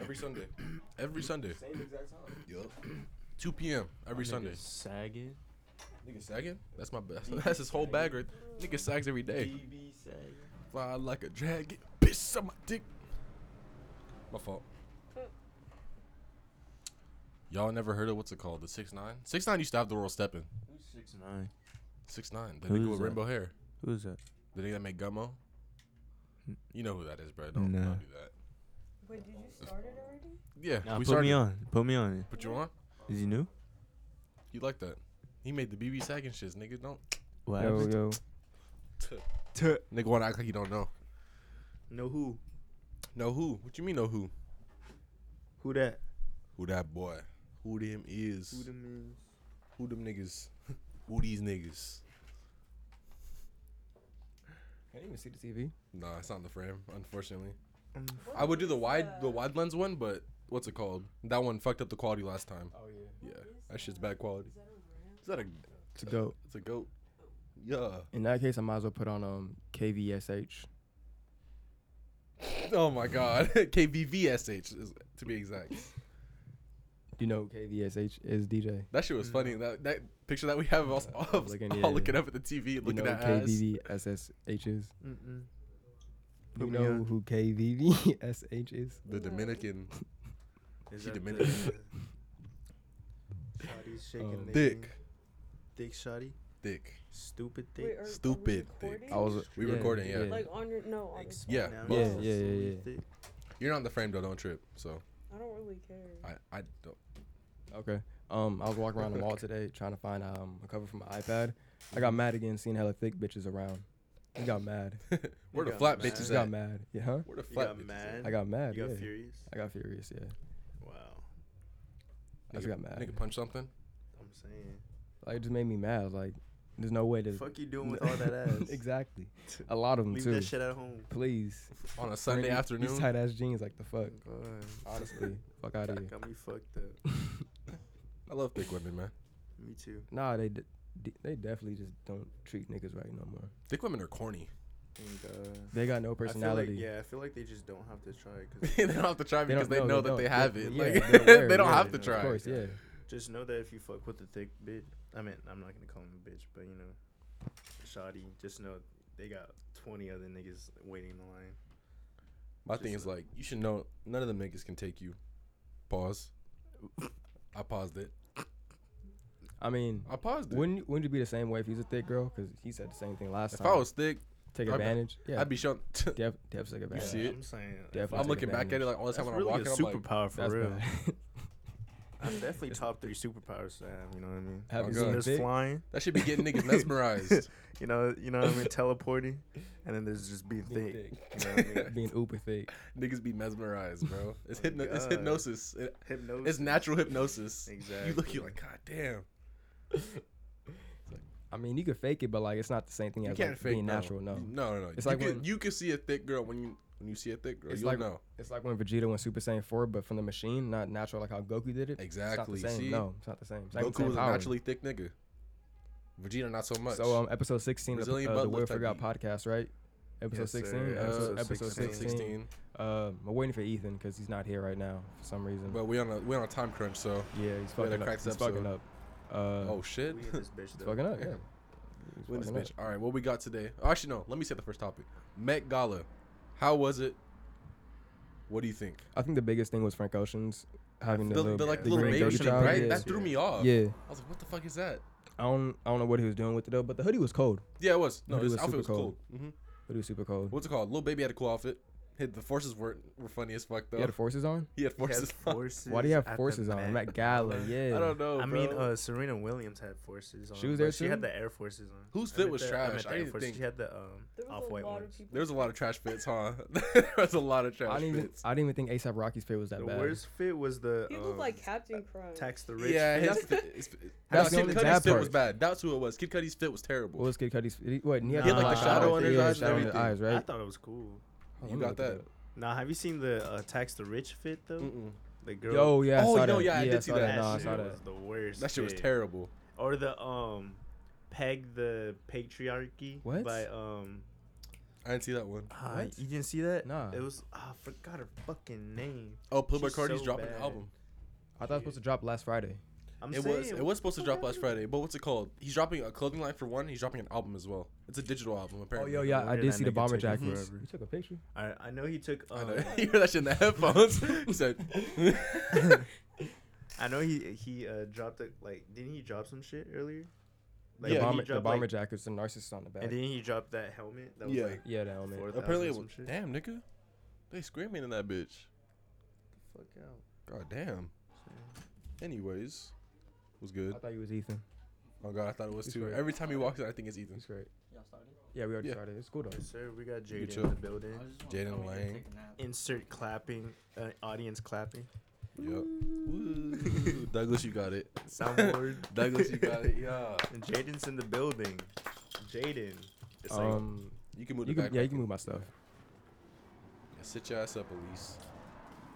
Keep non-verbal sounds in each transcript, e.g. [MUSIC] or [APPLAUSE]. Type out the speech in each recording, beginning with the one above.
every [CLEARS THROAT] Sunday. Every Sunday. Same exact time. Yup. [CLEARS THROAT] 2 p.m. every Sunday. Sagging. Nigga sagging? That's my best. [LAUGHS] That's his whole bag right Nigga sags every day. DB sagging. Fly like a dragon. Bitch, suck my dick. My fault. Y'all never heard of what's it called? The six nine? Six nine used to have the world stepping. Who's six nine? Six nine. The Who nigga is with that? rainbow hair. Who's that? The nigga that made Gummo. You know who that is, bro. Don't, Nah. don't do that. Wait, did you start it already? Yeah, Nah, put started me it. on. Put me on. Put you on. Is he new? You like that? He made the BB sagging shits, nigga. Don't What Yo, happened? yo. nigga want to act like you don't know. No who? Know who? What you mean know who? Who that? Who that boy? Who them is? Who them Who them niggas? [LAUGHS] Who these niggas? I didn't even see the TV. Nah, it's not in the frame, unfortunately. is? I would do the wide the wide lens one, but what's it called? That one fucked up the quality last time. Oh yeah. Yeah, that shit's bad quality. Is that a Is that a? To go. It's a goat. Yeah. In that case, I might as well put on um KVSH. Oh my god. [LAUGHS] KBVSH is, to be exact. Do you know who KVSH is DJ? That shit was funny. That that picture that we have of us all, I was looking, Mm. yeah. all looking up at the TV, looking you know at who ass. KVVSSH is. Mm-mm. You Put me know on. who KVVSH is? The Dominican Is She that Dominican. the- Shawty's shaking Um, their dick, thing. Dick shotty. dick. Stupid Wait, dick. are- are we Stupid thing. recording? I was. We yeah, recording, yeah. like on your no. On your Ex- phone. Yeah, now both. it's Yeah, yeah, yeah, sweet dick. You're not in the frame though. Don't trip. So I don't really care. I I don't. Okay. Um, I was walking around the mall today trying to find um a cover for my iPad. I got mad again seeing hella thick bitches around. I got [LAUGHS] mad. Where You the got flat mad. bitches Just at? got mad. Yeah. Huh? Where the You flat got bitches mad. at? I got mad. You got yeah. furious. I got furious. Yeah. Wow. I just Nigga- got mad. Nigga punch something. I'm saying. Like it just made me mad. I was Like there's no way to. Fuck you doing with all [LAUGHS] [LAUGHS] that ass. exactly. A lot of them Leave too. that shit at home. Please. on a Sunday Wearing afternoon. These tight ass jeans, like the fuck. God. [LAUGHS] Honestly, fuck out of here. Got me fucked up. I love thick women, man. Me too. Nah, they d- d- they definitely just don't treat niggas right no more. Thick women are corny. [LAUGHS] Thank God. They got no personality. I feel uh, like, yeah, I feel like they just don't have to try because [LAUGHS] they don't have to try They because don't- they know no, they that they don't. have They- it. [LAUGHS] yeah, like they're aware, they don't yeah, have to of try. Of course, yeah. just know that if you fuck with a thick bitch, I mean, I'm not gonna call him a bitch, but you know, shoddy. Just know they got 20 other niggas waiting in the line. My thing Just is like you should know none of them niggas can take you. [LAUGHS] Pause. I paused it. I mean, I paused it. wouldn't you- wouldn't you be the same way if he's a thick girl? Because he said the same thing last if time. I was thick, take I'd be- advantage. yeah, I'd be showing. [LAUGHS] def, def take advantage. see it? I'm saying. Definitely. I'm take looking back at it advantage. like all the time That's when really I'm a walking. I'm like, superpower for That's real. bad. [LAUGHS] I'm definitely top three superpowers to have. You know what I mean? Having Oh, So God. seen there's thick, flying. that should be [LAUGHS] getting niggas mesmerized. You know, you know what I mean. Teleporting, and then there's just being Being thick. You know what I mean? being uber thick. [LAUGHS] niggas be mesmerized, bro. It's, Oh, hypno- it's God. hypnosis. It- Hypnosis. it's natural hypnosis. Exactly. You look, you're like, God damn. I mean, you could fake it, but like it's not the same thing You as can't like, fake being no. natural. No, You- No, no, no. It's you, like can, when- you can see a thick girl when you when you see a thick girl. It's You'll like- know it's like when Vegeta went Super Saiyan four, but from the machine, not natural like how Goku did it. exactly. It's not the same. See, No, it's not the same. It's not the Goku same was a power. naturally thick nigga. Vegeta not so much. So um, episode sixteen of the, Brazilian uh, the butt Will lift, I Forgot beat. podcast, right? Episode Yes, sir. sixteen. Uh, Episode, episode episode 16. sixteen. 16. Uh, I'm waiting for Ethan because he's not here right now for some reason. But we on a we on a time crunch, so yeah, he's we had a fucking up. cracked He's fucking up. Uh, oh shit. We in this [LAUGHS] bitch he's though. fucking up. Yeah. Yeah. He's Win this fucking bitch. up. All right, what we got today? Oh, actually, no. Let me set the first topic. Met Gala. How was it? What do you think? I think the biggest thing was Frank Ocean's having The, the, the, little, like the little green baby goatee thing, dog, right? yeah. That threw me off. yeah. I was like, what the fuck is that? I don't I don't know what he was doing with it though, but the hoodie was cold. Yeah, it was. No, Hoodie his was outfit super was cold. cold. hmm Hoodie was super cold. What's it called? Little baby had a cool outfit. Hit the forces were were funny as fuck though. He had forces on. he had forces. on. Why do you have forces [LAUGHS] on? Matt Gala. Yeah. [LAUGHS] I don't know. I mean, Oh, bro. uh, Serena Williams had forces on. She was there but She had too? the Air Forces on. Whose I fit meant was the- trash? meant the I Air didn't Forces. think- She had the um, There was off a white lot ones. of people. there was a lot of trash fits, huh? [LAUGHS] there was a lot of I trash didn't even, fits. I didn't even think ASAP Rocky's fit was that The bad. worst fit was the. He um, looked like Captain Crunch. Tax the rich. Yeah, fit. his fit. his fit- That's no, the only Kid Cudi's bad fit was part. bad. That's who it was. Kid Cudi's fit was What terrible. was Kid Cudi's? He, what, and he, had, Nah. He had, like, the shadow under his yeah, eyes and shadow under his everything. eyes, I right? thought it was cool. Hold you on, got let me look that? it up. Now, have you seen the uh, tax the rich fit though? Mm-mm. The girl. Yo, yeah, I Oh, saw yo, that. yeah, I did I see saw that. No, I shit saw that. was the worst. That shit was fit. terrible. Or the um, peg the patriarchy What? by um, I didn't see that one. Ah, What? you didn't see that? Nah. It was ah, I forgot her fucking name. Oh, Playboy She's Cardi's so dropping an bad. album. I thought it was supposed to drop last Friday. I'm it saying was it was supposed to drop Okay. last Friday, but what's it called? He's dropping a clothing line for one. He's dropping an album as well. It's a digital album Oh, apparently. yo, yeah, wonder I did that see the nigga bomber took him jackets. forever. You took a picture? I, I know he took. I Um, uh, know. [LAUGHS] you hear that shit in the [LAUGHS] headphones? he said, [LAUGHS] I know he he uh, dropped a, like didn't he drop some shit earlier? Yeah, the he didn't he bomber, the drop, bomber like- jackets, the narcissist on the back. and then he dropped that helmet. That was Yeah. like yeah, that element. four thousand apparently it some was shit. damn nigga, they screaming in that bitch. Fuck out. God damn. Anyways, was I good. thought you was Ethan. Oh god, I thought it was It's too. great. Every time he walks in, I think it's Ethan. It's great. Y'all started? Yeah, we already Yeah. started. It's cool though. Yes, sir. We got You Jaden chill. in the building. I just wanna Jaden come in here and Lane. take a nap. Insert clapping, uh, [LAUGHS] audience clapping. Yep. Woo. [LAUGHS] Douglas, you got it. Soundboard. [LAUGHS] Douglas, you got it. Yeah. And Jaden's in the building. Jaden. It's like Um, You can move you the can, back. yeah, you can move my stuff. Yeah, sit your ass up, Elise.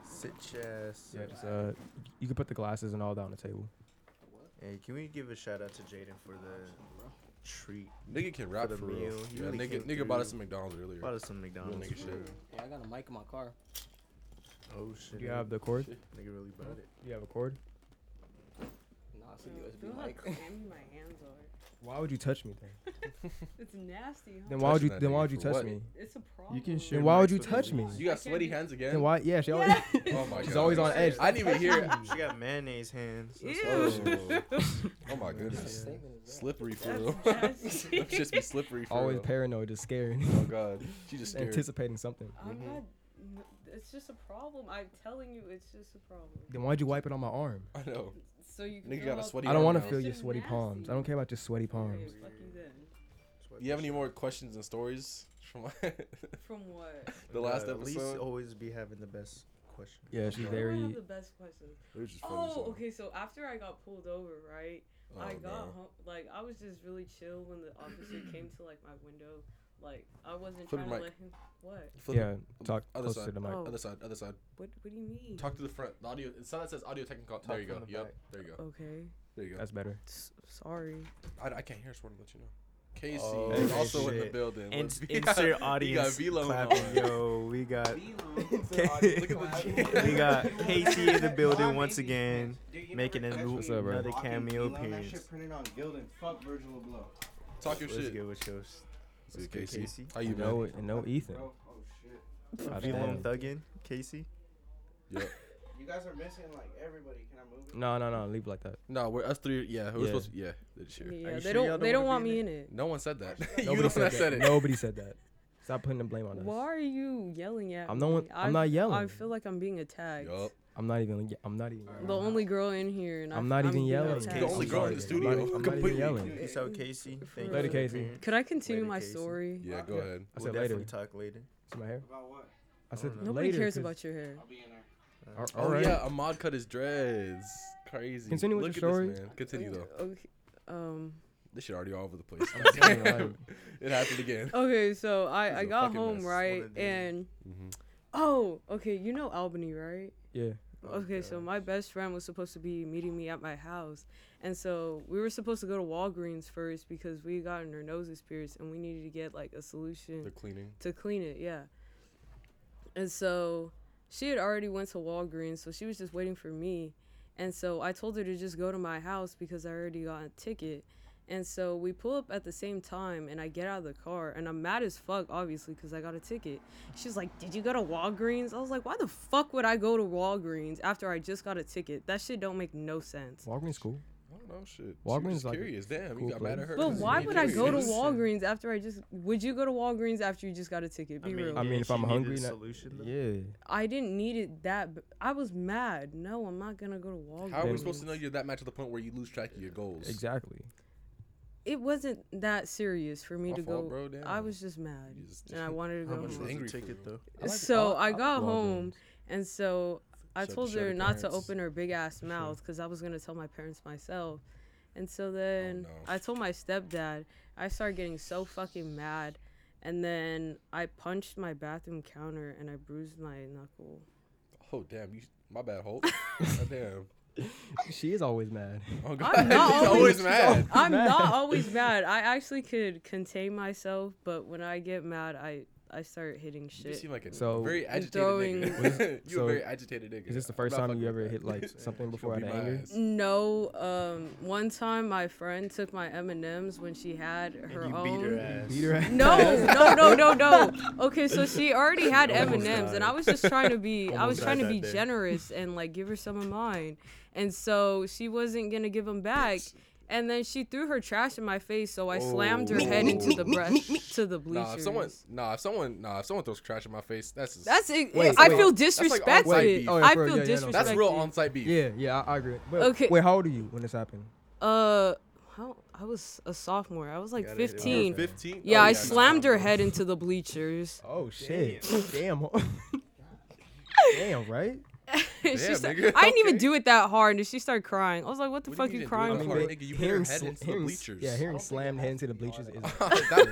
sit your ass. Yeah, just, uh, you can put the glasses and all down the table. Hey, can we give a shout out to Jaden for the treat? Nigga can rap for, the real. meal. He Yeah, really nigga, came nigga bought us some through. McDonald's earlier. Bought us some Real Hmm. McDonald's. nigga for real. shit. Hey, I got a mic in my car. Oh shit. Do you have the cord? nigga really bought it. Do you have a cord? Nah, it's a No, USB feel [LAUGHS] how mic. [LAUGHS] clammy my hands are. Why would you touch me then? It's nasty, huh? Then why would Touching you? that Then nigga why would you for touch what? me? It's a problem. share why would mics you with touch him. me? You got I sweaty can't hands again? Then why? Yeah, she always. [LAUGHS] Oh my god. She's always on edge. I didn't even hear it. She got mayonnaise hands. That's Ew. why- Oh. [LAUGHS] oh [LAUGHS] my What goodness. statement is that? Slippery for real. That's [LAUGHS] [LAUGHS] nasty. That's [LAUGHS] just be slippery for always real. paranoid, [LAUGHS] just scared, Oh god. She just just scared. anticipating something. I'm Mhm. not. n- It's just a problem. I'm telling you, it's just a problem. Then why'd you wipe it on my arm? I know. So you can Nigga feel got a how- sweaty I don't want to now. feel your It's just sweaty palms. nasty. I don't care about your sweaty Okay, palms. fuck you then. You have any more questions and stories [LAUGHS] from From what? the last Nah, Elise episode? always be having the best question. Yeah, she's Sure. I don't very. have the best questions. It was just funny as Oh, hell. okay. So after I got pulled over, right? Oh, I got no. home like I was just really chill when the officer came to like my window. Like I wasn't Flip trying your to let him. What? Flip Yeah, talk Other closer side. to the mic. Oh. Other side, other side. What? What do you mean? Talk to the front. The audio. It's not that says audio technical. there you go. from the Yep. back. There you go. Okay. There you go. That's better. S- sorry. I, I can't hear. I swear to let you know. Casey Oh, is also in the shit. building. In- Let's- [LAUGHS] we got- insert audience We got Velo. [LAUGHS] clapping. Yo, we got [LAUGHS] [LAUGHS] Insert audience. Look at the we got Casey in the building Why once Macy's, again. bitch? Dude, you making never a touched new- What's up, bro? me. another Fucking cameo Elon, That appearance. shit printed on Gildan. Fuck Virgil Abloh. Talk your Let's shit. get with yours. Let's Let's get get Casey. Casey. How You you know know? it. And know Ethan. Bro, oh shit. God Velo damn. thuggin, Casey. You guys are missing like everybody. Can I move it? No, no, no. Leave it like that. No, we're us three. Yeah, who's Yeah. supposed to? Yeah, this year. Yeah, you sure they y'all don't. don't They don't wanna want be me in it. No one said that. you [LAUGHS] Nobody the one said that said that. it. Nobody said that. Stop putting the blame on us. Why are you yelling at I'm me? no one- I'm I not f- I yelling. feel like I'm being attacked. Yup. I'm not even. I'm not even. The only girl in here, and I I'm f- not even being yelling. attacked. The only I'm girl in the sorry. I'm studio. not even- I'm not even completely. yelling. Peace out, Casey. Thank Later, you. for the Casey. appearance. Could I continue Later, my Casey. story? Yeah, go ahead. I We'll said later. definitely talk later. See my hair? About what? I said don't know. Nobody later, cares 'cause- about your hair. I'll be in there. Ar- Oh all right. yeah, Ahmad cut his dreads. Crazy. Continue with Look your at this, story. man. Continue though. Okay. Um. This shit already all over the place. [LAUGHS] I'm telling you, like, [LAUGHS] it happened again. Okay. So He's I I a got fucking home mess. right, One of the- and Mm-hmm. oh, okay. You know Albany, right? yeah. Oh, Okay, so God. my best friend was supposed to be meeting me at my house. And so we were supposed to go to Walgreens first because we had gotten our noses pierced and we needed to get like a The solution cleaning. to clean it, yeah. And so she had already went to Walgreens, so she was just waiting for me. And so I told her to just go to my house because I already got a ticket. And so we pull up at the same time, and I get out of the car, and I'm mad as fuck, obviously, because I got a ticket. She's like, "Did you go to Walgreens?" I was like, "Why the fuck would I go to Walgreens after I just got a ticket? That shit don't make no sense." Walgreens cool. I don't know shit. Walgreens Walgreens like a curious. Damn, cool you got mad at place. her. But This is why would I go to curious. Walgreens after I just? Would you go to Walgreens after you just got a ticket? Be real. I mean, yeah, if I'm she needed hungry, a not- solution. though. Yeah. I didn't need it that. b- I was mad. No, I'm not gonna go to Walgreens. How are we supposed to know you're that match to the point where you lose track of your goals? Exactly. It wasn't that serious for me My to go. fault, bro. Damn. I was just mad, You just- and I wanted to How go much was home. was angry the for ticket you. though? I like- so I- I I got like home, and so I Shout out told to- shout out her to not to parents. open her big ass sure. mouth because I was gonna tell my parents myself. And so then Oh, no. I told my stepdad. I started getting so fucking mad, and then I punched my bathroom counter and I bruised my knuckle. Oh damn, you. My bad, Hope. [LAUGHS] God damn. [LAUGHS] She is always mad. Oh god, [LAUGHS] I'm not he's always always- mad. I'm mad. not always mad. I actually could contain myself, but when I get mad, I I start hitting You just shit. seem like a So- very agitated Throwing- nigga. you So- a very agitated nigga. Is this the I'm first not time you fucking ever with hit that. like [LAUGHS] She something gonna before out beat of my anger? ass. No, um, one time my friend took my M and M's when she had And her you own. beat her ass. Beat her ass. No, no, no, no, no. Okay, [LAUGHS] so she already had M Almost and M's, and died. I was just trying to be, I was Almost trying died to be that day. generous and like give her some of mine, and so she wasn't gonna give them back, and then she threw her trash in my face, so I slammed her Oh. head into Meek, the brush to the bleachers. Nah, if someone, nah, if someone, nah, if someone throws trash in my face, that's just, That's it. Wait, I wait. feel That's like disrespected. on-site beef. Oh, yeah, I for feel real. Yeah, yeah, no. disrespected. that's real um, on-site beef. [LAUGHS] Yeah, yeah, I, I agree. But, Okay. Wait, how old are you when this happened? Uh, how, I was a sophomore. I was like Gotta hit it off. 15. Okay. 15? Yeah, Oh, I she's slammed not, her bro. head into the bleachers. [LAUGHS] Oh shit! Damn. Damn. [LAUGHS] Right. She Damn, sta- nigga, I didn't even okay. do it that hard, and she started crying. I was like, "What the What do fuck you you, mean you crying didn't do for?" it that hard? nigga, you hit her hearing head into the hearing- bleleachers. Yeah, I hearing slammed head into the bleachers is at that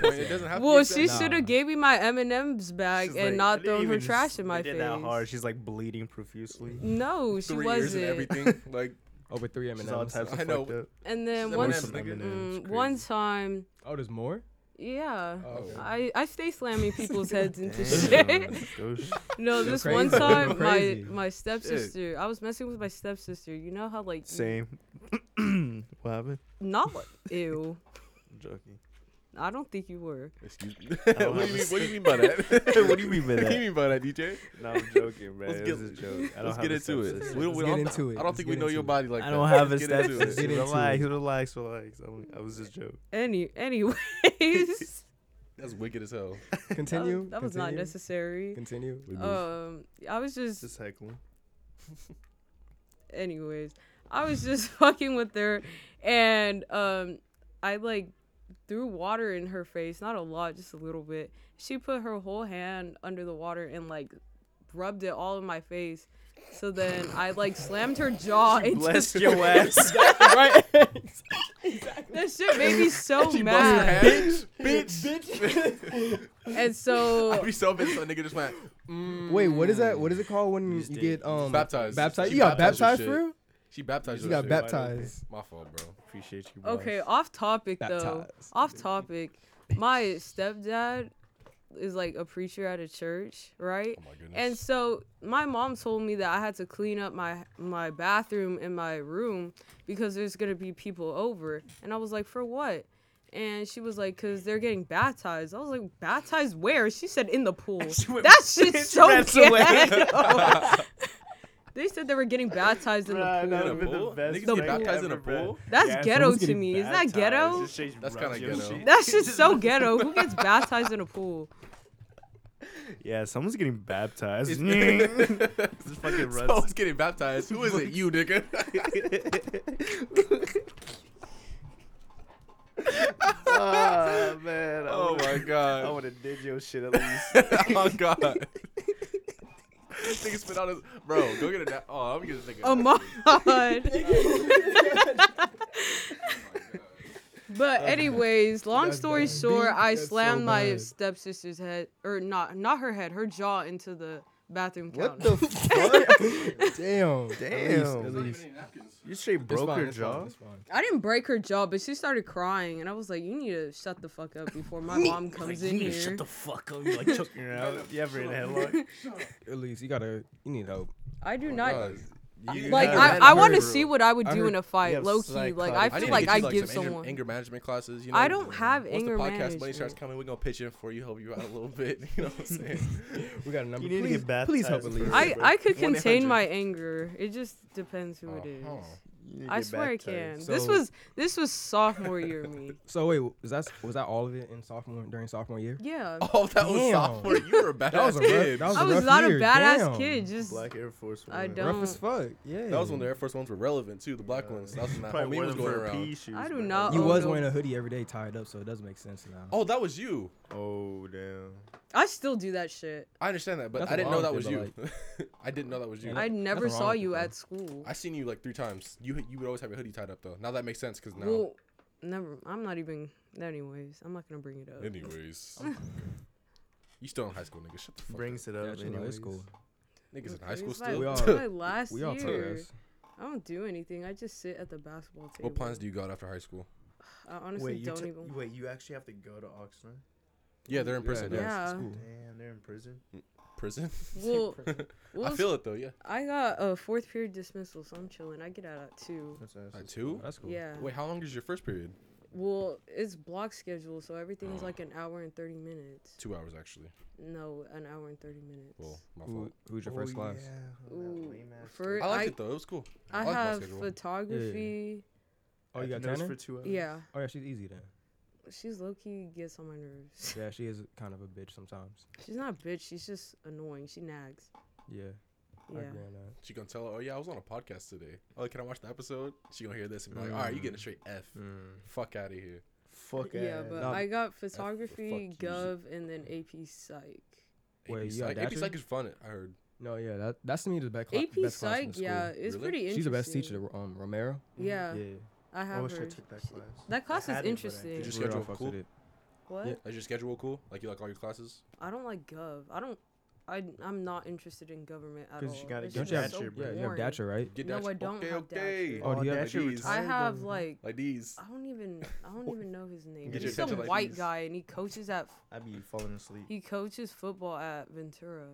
point, it doesn't have Well, to be she accepted. should have gave me my M and M's back She's and like, I not didn't thrown her even trash s- in my I did face. that hard. She's like bleeding profusely. No, she three years and wasn't. everything. Like, over three M She's and all M's. types of I know. fucked up. And then She's one, M&Ms, t- nigga. mm, It's one crazy. time, Oh, there's [LAUGHS] more. yeah, Oh, okay. I I stay slamming people's heads into shit. Damn, gauche. No, Go this one crazy. [LAUGHS] Go time, my crazy. my stepsister, I was messing with my stepsister. You know how like you- Same. [LAUGHS] what happened? not [LAUGHS] like, ew. I'm joking. I don't think you were. excuse me. what, do you mean, what do you mean by that? What do you mean by What do you that? mean by that, DJ? No, I'm joking, man. Let's It get- was a joke. I Let's don't get have into a it. stepsister. We don't, we Let's don't, get into it. I don't Let's think we get know into your it. body like I that. [LAUGHS] don't have a Let's get into it. stepsister. Get into Relax, it. relax, relax. I'm- I was just joking. [LAUGHS] Any anyways, [LAUGHS] That's wicked as hell. that, Continue. that was not continue, necessary. Continue. Um, I was just Just heckling. anyways, I was just [LAUGHS] fucking with her, and um, I like threw water in her face, not a lot, just a little bit. She put her whole hand under the water and like rubbed it all in my face. So then I like slammed her jaw [LAUGHS] into Bless your ass. right. that shit made me so She mad. busted ass. Bitch, bitch. And I'd [LAUGHS] so be so pissed. if A nigga just went. Wait, what is that? What is it called when you, just did. get um Baptized. Baptized. She You got baptized your baptized shit. for real? She baptized You your got shit. baptized. My fault, bro. [LAUGHS] Oh Appreciate you. Bro. okay, off topic though. Baptized. Off topic. My stepdad is like a preacher at a church, right? Oh my goodness. [LAUGHS] [LAUGHS] And so my mom told me that I had to clean up my my bathroom and my room because there's gonna be people over, and I was like, for what? And she was like, cause they're getting baptized. I was like, baptized where? She said in [LAUGHS] the pool. went- that shit's so ran away. [LAUGHS] ghetto. they said they were getting baptized in the Bruh, pool. that In would've a been the pool? best Niggas get thing baptized in a ever, bruh. pool? That's Yeah, ghetto someone's to getting me. Is that baptized. ghetto? Just shakes That's rubs kinda your ghetto. shit. That's just so ghetto. Who gets baptized in a pool? Yeah, someone's [LAUGHS] getting baptized. [LAUGHS] It's- Just fucking runs. So I was getting baptized. Who is it? You, [LAUGHS] nigga. oh man. I oh would've- my I god. would have did your shit at least. [LAUGHS] oh god. This nigga spit out his bro. Go get a nap. Oh, I'm gonna get this nigga. Oh my But anyways, long That's story bad. short, Beat- I that's so slammed my bad. stepsister's head, or not, not her head, her jaw into the bathroom what counter. the fuck? [LAUGHS] Damn. Damn. At least. At least. you straight It's broke fine, her it's jaw. fine, it's fine. I didn't break her jaw, but she started crying, and I was like, "You need to shut the fuck up before my mom comes in here." fuck up. You like [LAUGHS] choking her out. [LAUGHS] You ever in a [LAUGHS] headlock? At least you gotta. You need help. I do not. God. You- Like you I, had- I, want to heard- see what I would I do in heard- a fight, have low key. psychotic- like I I need feel to like get I you, give some anger- someone. anger, management classes. You know, I don't have Once anger the podcast money management. starts coming, we're gonna pitch in for you, help you out a little bit. [LAUGHS] You know what I'm saying? [LAUGHS] We got a number. You need to please, get baptized. please help at first, least. I, bro. I could One eight contain hundred. my anger. It just depends who it is. Uh-huh. You need to I get swear I can. baptized. this So- was this was sophomore year me. So wait, was that was that all of it in sophomore during sophomore year? Yeah. [LAUGHS] Oh, that was Damn. sophomore. You were [LAUGHS] a badass That was a rough- kid. that was I a was rough not year, a badass damn. kid. Just Black Air Force One. I don't- Rough as fuck. Yeah. That was when the Air Force ones were relevant too. The black ones. [LAUGHS] That was when that Probably homie wore was them going for her around. pee shoes. I do bro. not You Oh, was no. wearing a hoodie every day, tied up, so it does make sense now. Oh, that was you. Oh damn. I still do that shit. I understand that, but Nothing I didn't know wrong that with was it, you. [LAUGHS] I didn't know that was you. Yeah. I nothing never wrong saw with it, you though. at school. I seen you like three times. You you would always have your hoodie tied up though. Now that makes sense because now. Well, never. I'm not even. Anyways, I'm not gonna bring it up. [LAUGHS] anyways, you still in high school, nigga. Shut the fuck. Brings it Yeah, up. she was in high anyways. school. Niggas in Okay, high school it's my- still. We all- [LAUGHS] it's my last We all year. tourists. I don't do anything. I just sit at the basketball table. what plans do you got after high school? I honestly wait, you don't took- even. wait, you actually have to go to Oxnard? Yeah, they're in prison. Yeah, Yeah. that's- that's Yeah. cool. Damn, they're in prison. Prison. Well, well, I feel it though. Yeah. I got a fourth period dismissal, so I'm chilling. I get out at two. That's At two. That's cool. Yeah. Wait, how long is your first period? Well, it's block schedule, so everything's like an hour and thirty minutes. Two hours actually. No, an hour and thirty minutes. Well, my fault. Who, who's Oh, your first class? Ooh, for for- I liked I- it though. It was cool. I, I like my have schedule. photography. Oh, you got for Tanner? two hours. Yeah. Oh yeah, she's easy then. she's low key gets on my nerves. [LAUGHS] Yeah, she is kind of a bitch sometimes. She's not a bitch. She's just annoying. She nags. Yeah, I Yeah. agree on that. She gonna tell her, oh yeah, I was on a podcast today. Oh, can I watch the episode? She gonna hear this and be like, all right, you getting a straight F. Mm. Hmm. Fuck out of here. Fuck Yeah, ass. but Nah, I got fuck photography, you, Z- gov, and then AP Psych. Wait, AP you got Psych. AP Datcher? Psych is fun. I heard. No, yeah, that that's to me the best, cla- AP best class in Psych, the school. yeah, it's Really? pretty interesting. She's the best teacher, um, Romero. Yeah, yeah. I I have wish her. I took that class. That class I had is it, but I interesting. Did you We're schedule all fucks cool? with it. What? Yeah. Is your schedule cool? Like you like all your classes? I don't like gov. I don't. I I'm not interested in government at all. 'Cause you gotta It's get Don't just you have Datcher, bro. Yeah, you have boring. Datcher, right? Get No, Datcher. I don't okay, have okay. Datcher. Oh, do you have like Datcher these? I Tired have of- like Like these. I don't even I don't even know his name. Get He's your some attention like white these. guy and he coaches at I'd be falling asleep. he coaches football at Ventura.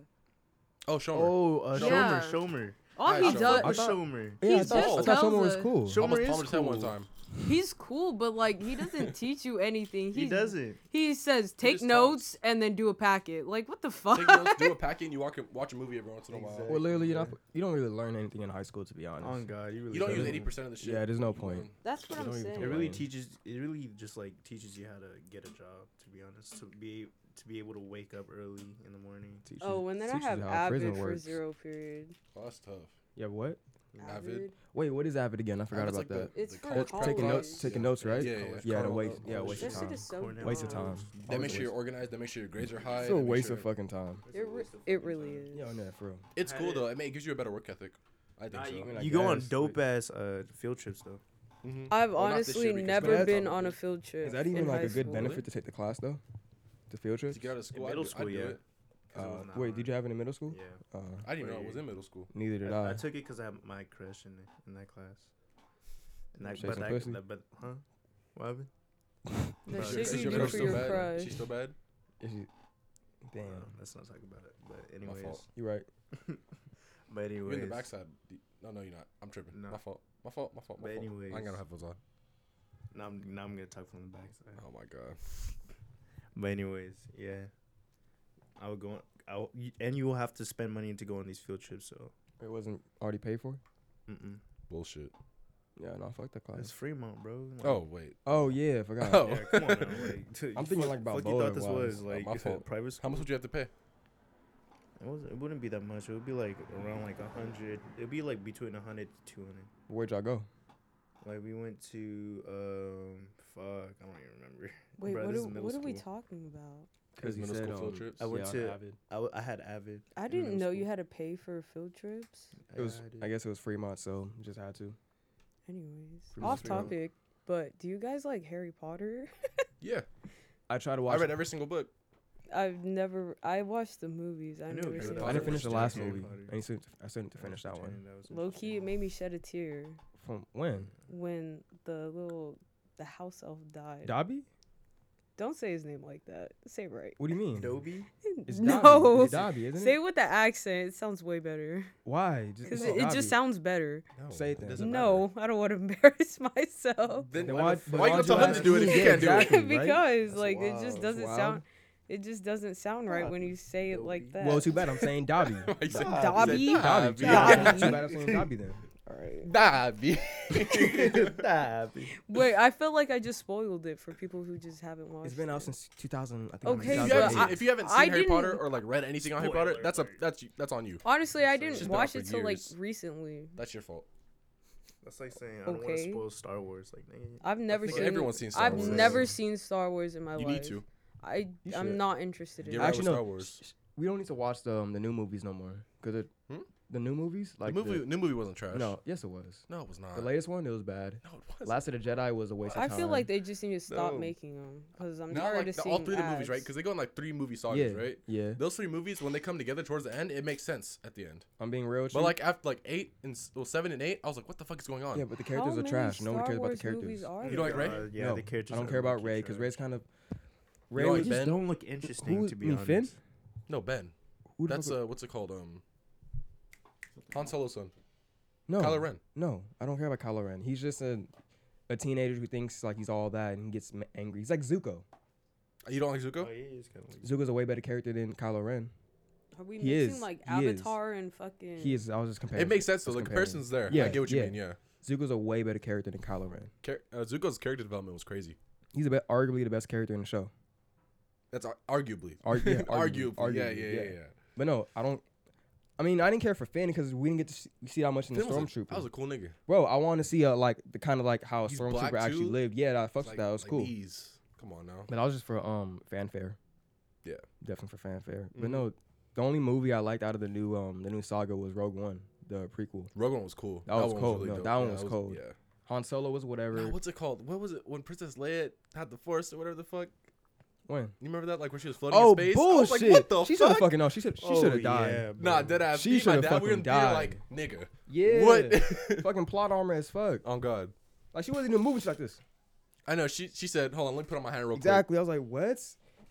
Oh, Shomer. Oh, uh, Yeah. Shomer, Shomer. All I he don't- does I I thought, thought- Shomer. Yeah, I He's thought, I just thought someone was Telza. cool. Shomer Almost is palmed his head cool. one time. He's cool, but like he doesn't teach you anything. He He's- doesn't. He says take just notes and then do a packet. Like what the fuck? Take notes, [LAUGHS] do a packing, you walk, watch a movie every once in a while. Exactly. Well, literally, you Yeah. not you don't really learn anything in high school, to be On honest. Oh, God, you really. You don't So- use doesn't. eighty percent of the shit. Yeah, there's no You point. learn. [LAUGHS] That's You what I'm don't even saying. talk It really Right. teaches. It really just like teaches you how to get a job. To be honest, to be to be able to wake up early in the morning. Teaches- Oh, and then I teaches have you how prison Avid for works. zero period. Oh, that's tough. Yeah, what? Avid? Avid. Wait, what is Avid again? I forgot Avid's like about the- that. It's the for college college. Taking notes, Yeah. taking notes, right? Yeah, yeah, College yeah. Yeah, to Cornell- waste, yeah, Cornell- waste of That shit time. is so Cornell. Waste of dumb. time. They Always make sure a you're waste. organized. They make sure your grades are high. It's a they make waste sure- of fucking time. It, re- Waste of it fucking really time. is. Yeah, no, for real. It's cool Had it. though. I mean, it gives you a better work ethic. I think Nah, so. you- I You go on guess, but- dope ass uh, field trips though. Mhm. I've Well, not this honestly year because we never had been something. on a field trip. Is that in even like high a good school. benefit to take the class though? To field trips? To get out of school, middle I do, school, I do yeah. it. 'Cause it Uh, was not wait, hard. did you have it in middle school? Yeah. Uh, I didn't even know Wait. it was in middle school. neither did I, I. I [LAUGHS] took it because I had my crush in it, in that class. And I, Say but some I, pussy. but, but huh? What happened? The Bro, shit is you your do crush for still your bad? crush. She's still bad. Is it- Damn, Well, let's not talk about it. But My anyways, fault. you right. but You're anyways, in the backside. D- No, no, you're not. I'm tripping. No. My fault. My fault. My fault. My But fault. I ain't anyways. gotta have those on. now I'm now I'm gonna talk from the backside. Oh my god. But anyways, yeah, I would go. On, I w- y- and you will have to spend money to go on these field trips. So, It wasn't already paid for. mm-mm. Bullshit. Yeah, no, fuck the class. it's Fremont, bro. Like, Oh wait. [LAUGHS] Oh yeah, I forgot. Oh. yeah, come on. Now, [LAUGHS] like, dude, I'm you thinking fuck- like fuck about you thought this Boulder-wise. was Oh, like my it's a [LAUGHS] fault. private How school. much would you have to pay? It, wasn't, it wouldn't be that much. It would be like around like a hundred. It'd be like between a hundred to two hundred. Where'd y'all go? Like we went to um fuck, I don't even remember. Wait, Bro, what, this are, is middle what are we school. talking about? Because middle school um, field trips. I went yeah, to- Avid. I, w- I had Avid. I in middle didn't know you school. had to pay for field trips. It was. did. I guess it was Fremont, so just had to. Anyways, Pretty off much we all- topic, but do you guys like Harry Potter? [LAUGHS] Yeah. I tried to I watch. read every single book. I've never. I watched the movies. I, knew never Harry seen. Potter I the didn't finish the books. watched last Harry movie. Potter. I need to. I still need to Yeah, finish that one. entertaining, was Low key, it entertaining. made me shed a tear From when? when the little the house elf died. Dobby? Don't say his name like that. Say it right. What do you mean? Adobe? It's Dobby. [LAUGHS] no. It's Dobby, isn't Say it? it with the accent. It sounds way better. Why? it's Because it, it Dobby. just sounds better. No. Say it then. doesn't matter. No, [LAUGHS] I don't want to embarrass myself. Then, Then why? why- the then f- Why you why'd gonna tell you him to ask do it me? if you Yeah, can't do it? exactly. right? because That's like it wild. just doesn't Wow. sound it just doesn't sound right when you say it like that. Well, too bad I'm saying [LAUGHS] Dobby. Why [LAUGHS] you say- Dobby? you said Dobby. Dobby. Too bad too bad I'm saying Dobby then. All right. Dobby. Dobby. Wait, I feel like I just spoiled it for people who just haven't watched. It's been out it. since 2000. I think. Okay, If you Hey, haven't but seen, I- if you haven't I seen Harry Potter didn't- or like read anything on Harry Potter, that's a that's you- that's on you. Honestly, I She's didn't been out watch for it till like years. recently. That's your fault. That's like saying I don't want to Okay. spoil Star Wars. Like, nigga. I've never think seen. everyone's seen Star I've Wars. never seen Star Wars in my You life. need to. I You should. I'm not interested in. Get it. right Actually, with no. Star Wars. We don't need to watch the um, the new movies no more. Cause it, Hmm? the new movies like the movie, new movie wasn't trash. the- no, yes it was. no, it was not. The latest one it was bad. no, it was. Last of the Jedi was a waste of I time. feel like they just need to stop No. making them because I'm No, tired like of the, seeing all three of the movies, right? ads. Because they go in like three movie yeah, sagas, right? yeah. Those three movies, when they come together towards the end, it makes sense at the end. I'm being real. With But you. like after like eight and s- well seven and eight, I was like, what the fuck is going on? yeah, but the How characters are many trash. No one Star cares about the Wars movies characters. are You don't like there? Ray? Uh, yeah, no, the characters. I don't are care about low-key Ray because trash. Ray's kind of Ray know, was like just Ben? don't look interesting who- to be you mean honest. Finn? No, Ben. Who the That's fuck- uh, what's it called? Um, Han Solo's son, no, Kylo Ren. No, I don't care about Kylo Ren. He's just a a teenager who thinks like he's all that and he gets ma- angry. He's like Zuko. You don't like Zuko? Oh, yeah, he's kind of like, Zuko's a way better character than Kylo Ren. Are we He mixing is, like he is. Avatar and fucking? He is. I was just comparing. It makes sense though. just The comparing. comparison's there. Yeah, Yeah, I get what you yeah. mean. Yeah, Zuko's a way better character than Kylo Ren. Char- uh, Zuko's character development was crazy. He's about arguably the best character in the show. That's ar- arguably. Ar- [LAUGHS] yeah, arguably. arguably, Yeah, arguably, yeah, yeah, yeah. yeah. But no, I don't. I mean, I didn't care for Finn because we didn't get to see, see that much in the Finn was a, Stormtrooper. that was a cool nigga. Bro, I want to see uh, like the kind of like how a He's black, Stormtrooper actually too? lived. Yeah, I fucked with Like- that. It was like cool. These. Come on now. But I was just for um fanfare. Yeah. Definitely for fanfare. Mhm. But no, the only movie I liked out of the new um the new saga was Rogue One, the prequel. Rogue One was cool. That was one cold, no, dope. that one Yeah, was cold. Yeah. Han Solo was whatever. Nah, Ah, what's it called? What was it when Princess Leia had the Force or whatever the fuck? when? You remember that? Like when she was floating Oh in space? bullshit! I was like, what the she should fuck? Oh, have fucking no. She should. She should have died. Nah, dead ass. She Me and my shoulda dad, we were in fucking theater, died. like, nigga. Yeah. [LAUGHS] What? fucking plot armor as fuck. oh God. Like she wasn't even moving. She's like this. I know. She she said, hold on, let me put on my hand real Exactly. I was like, what?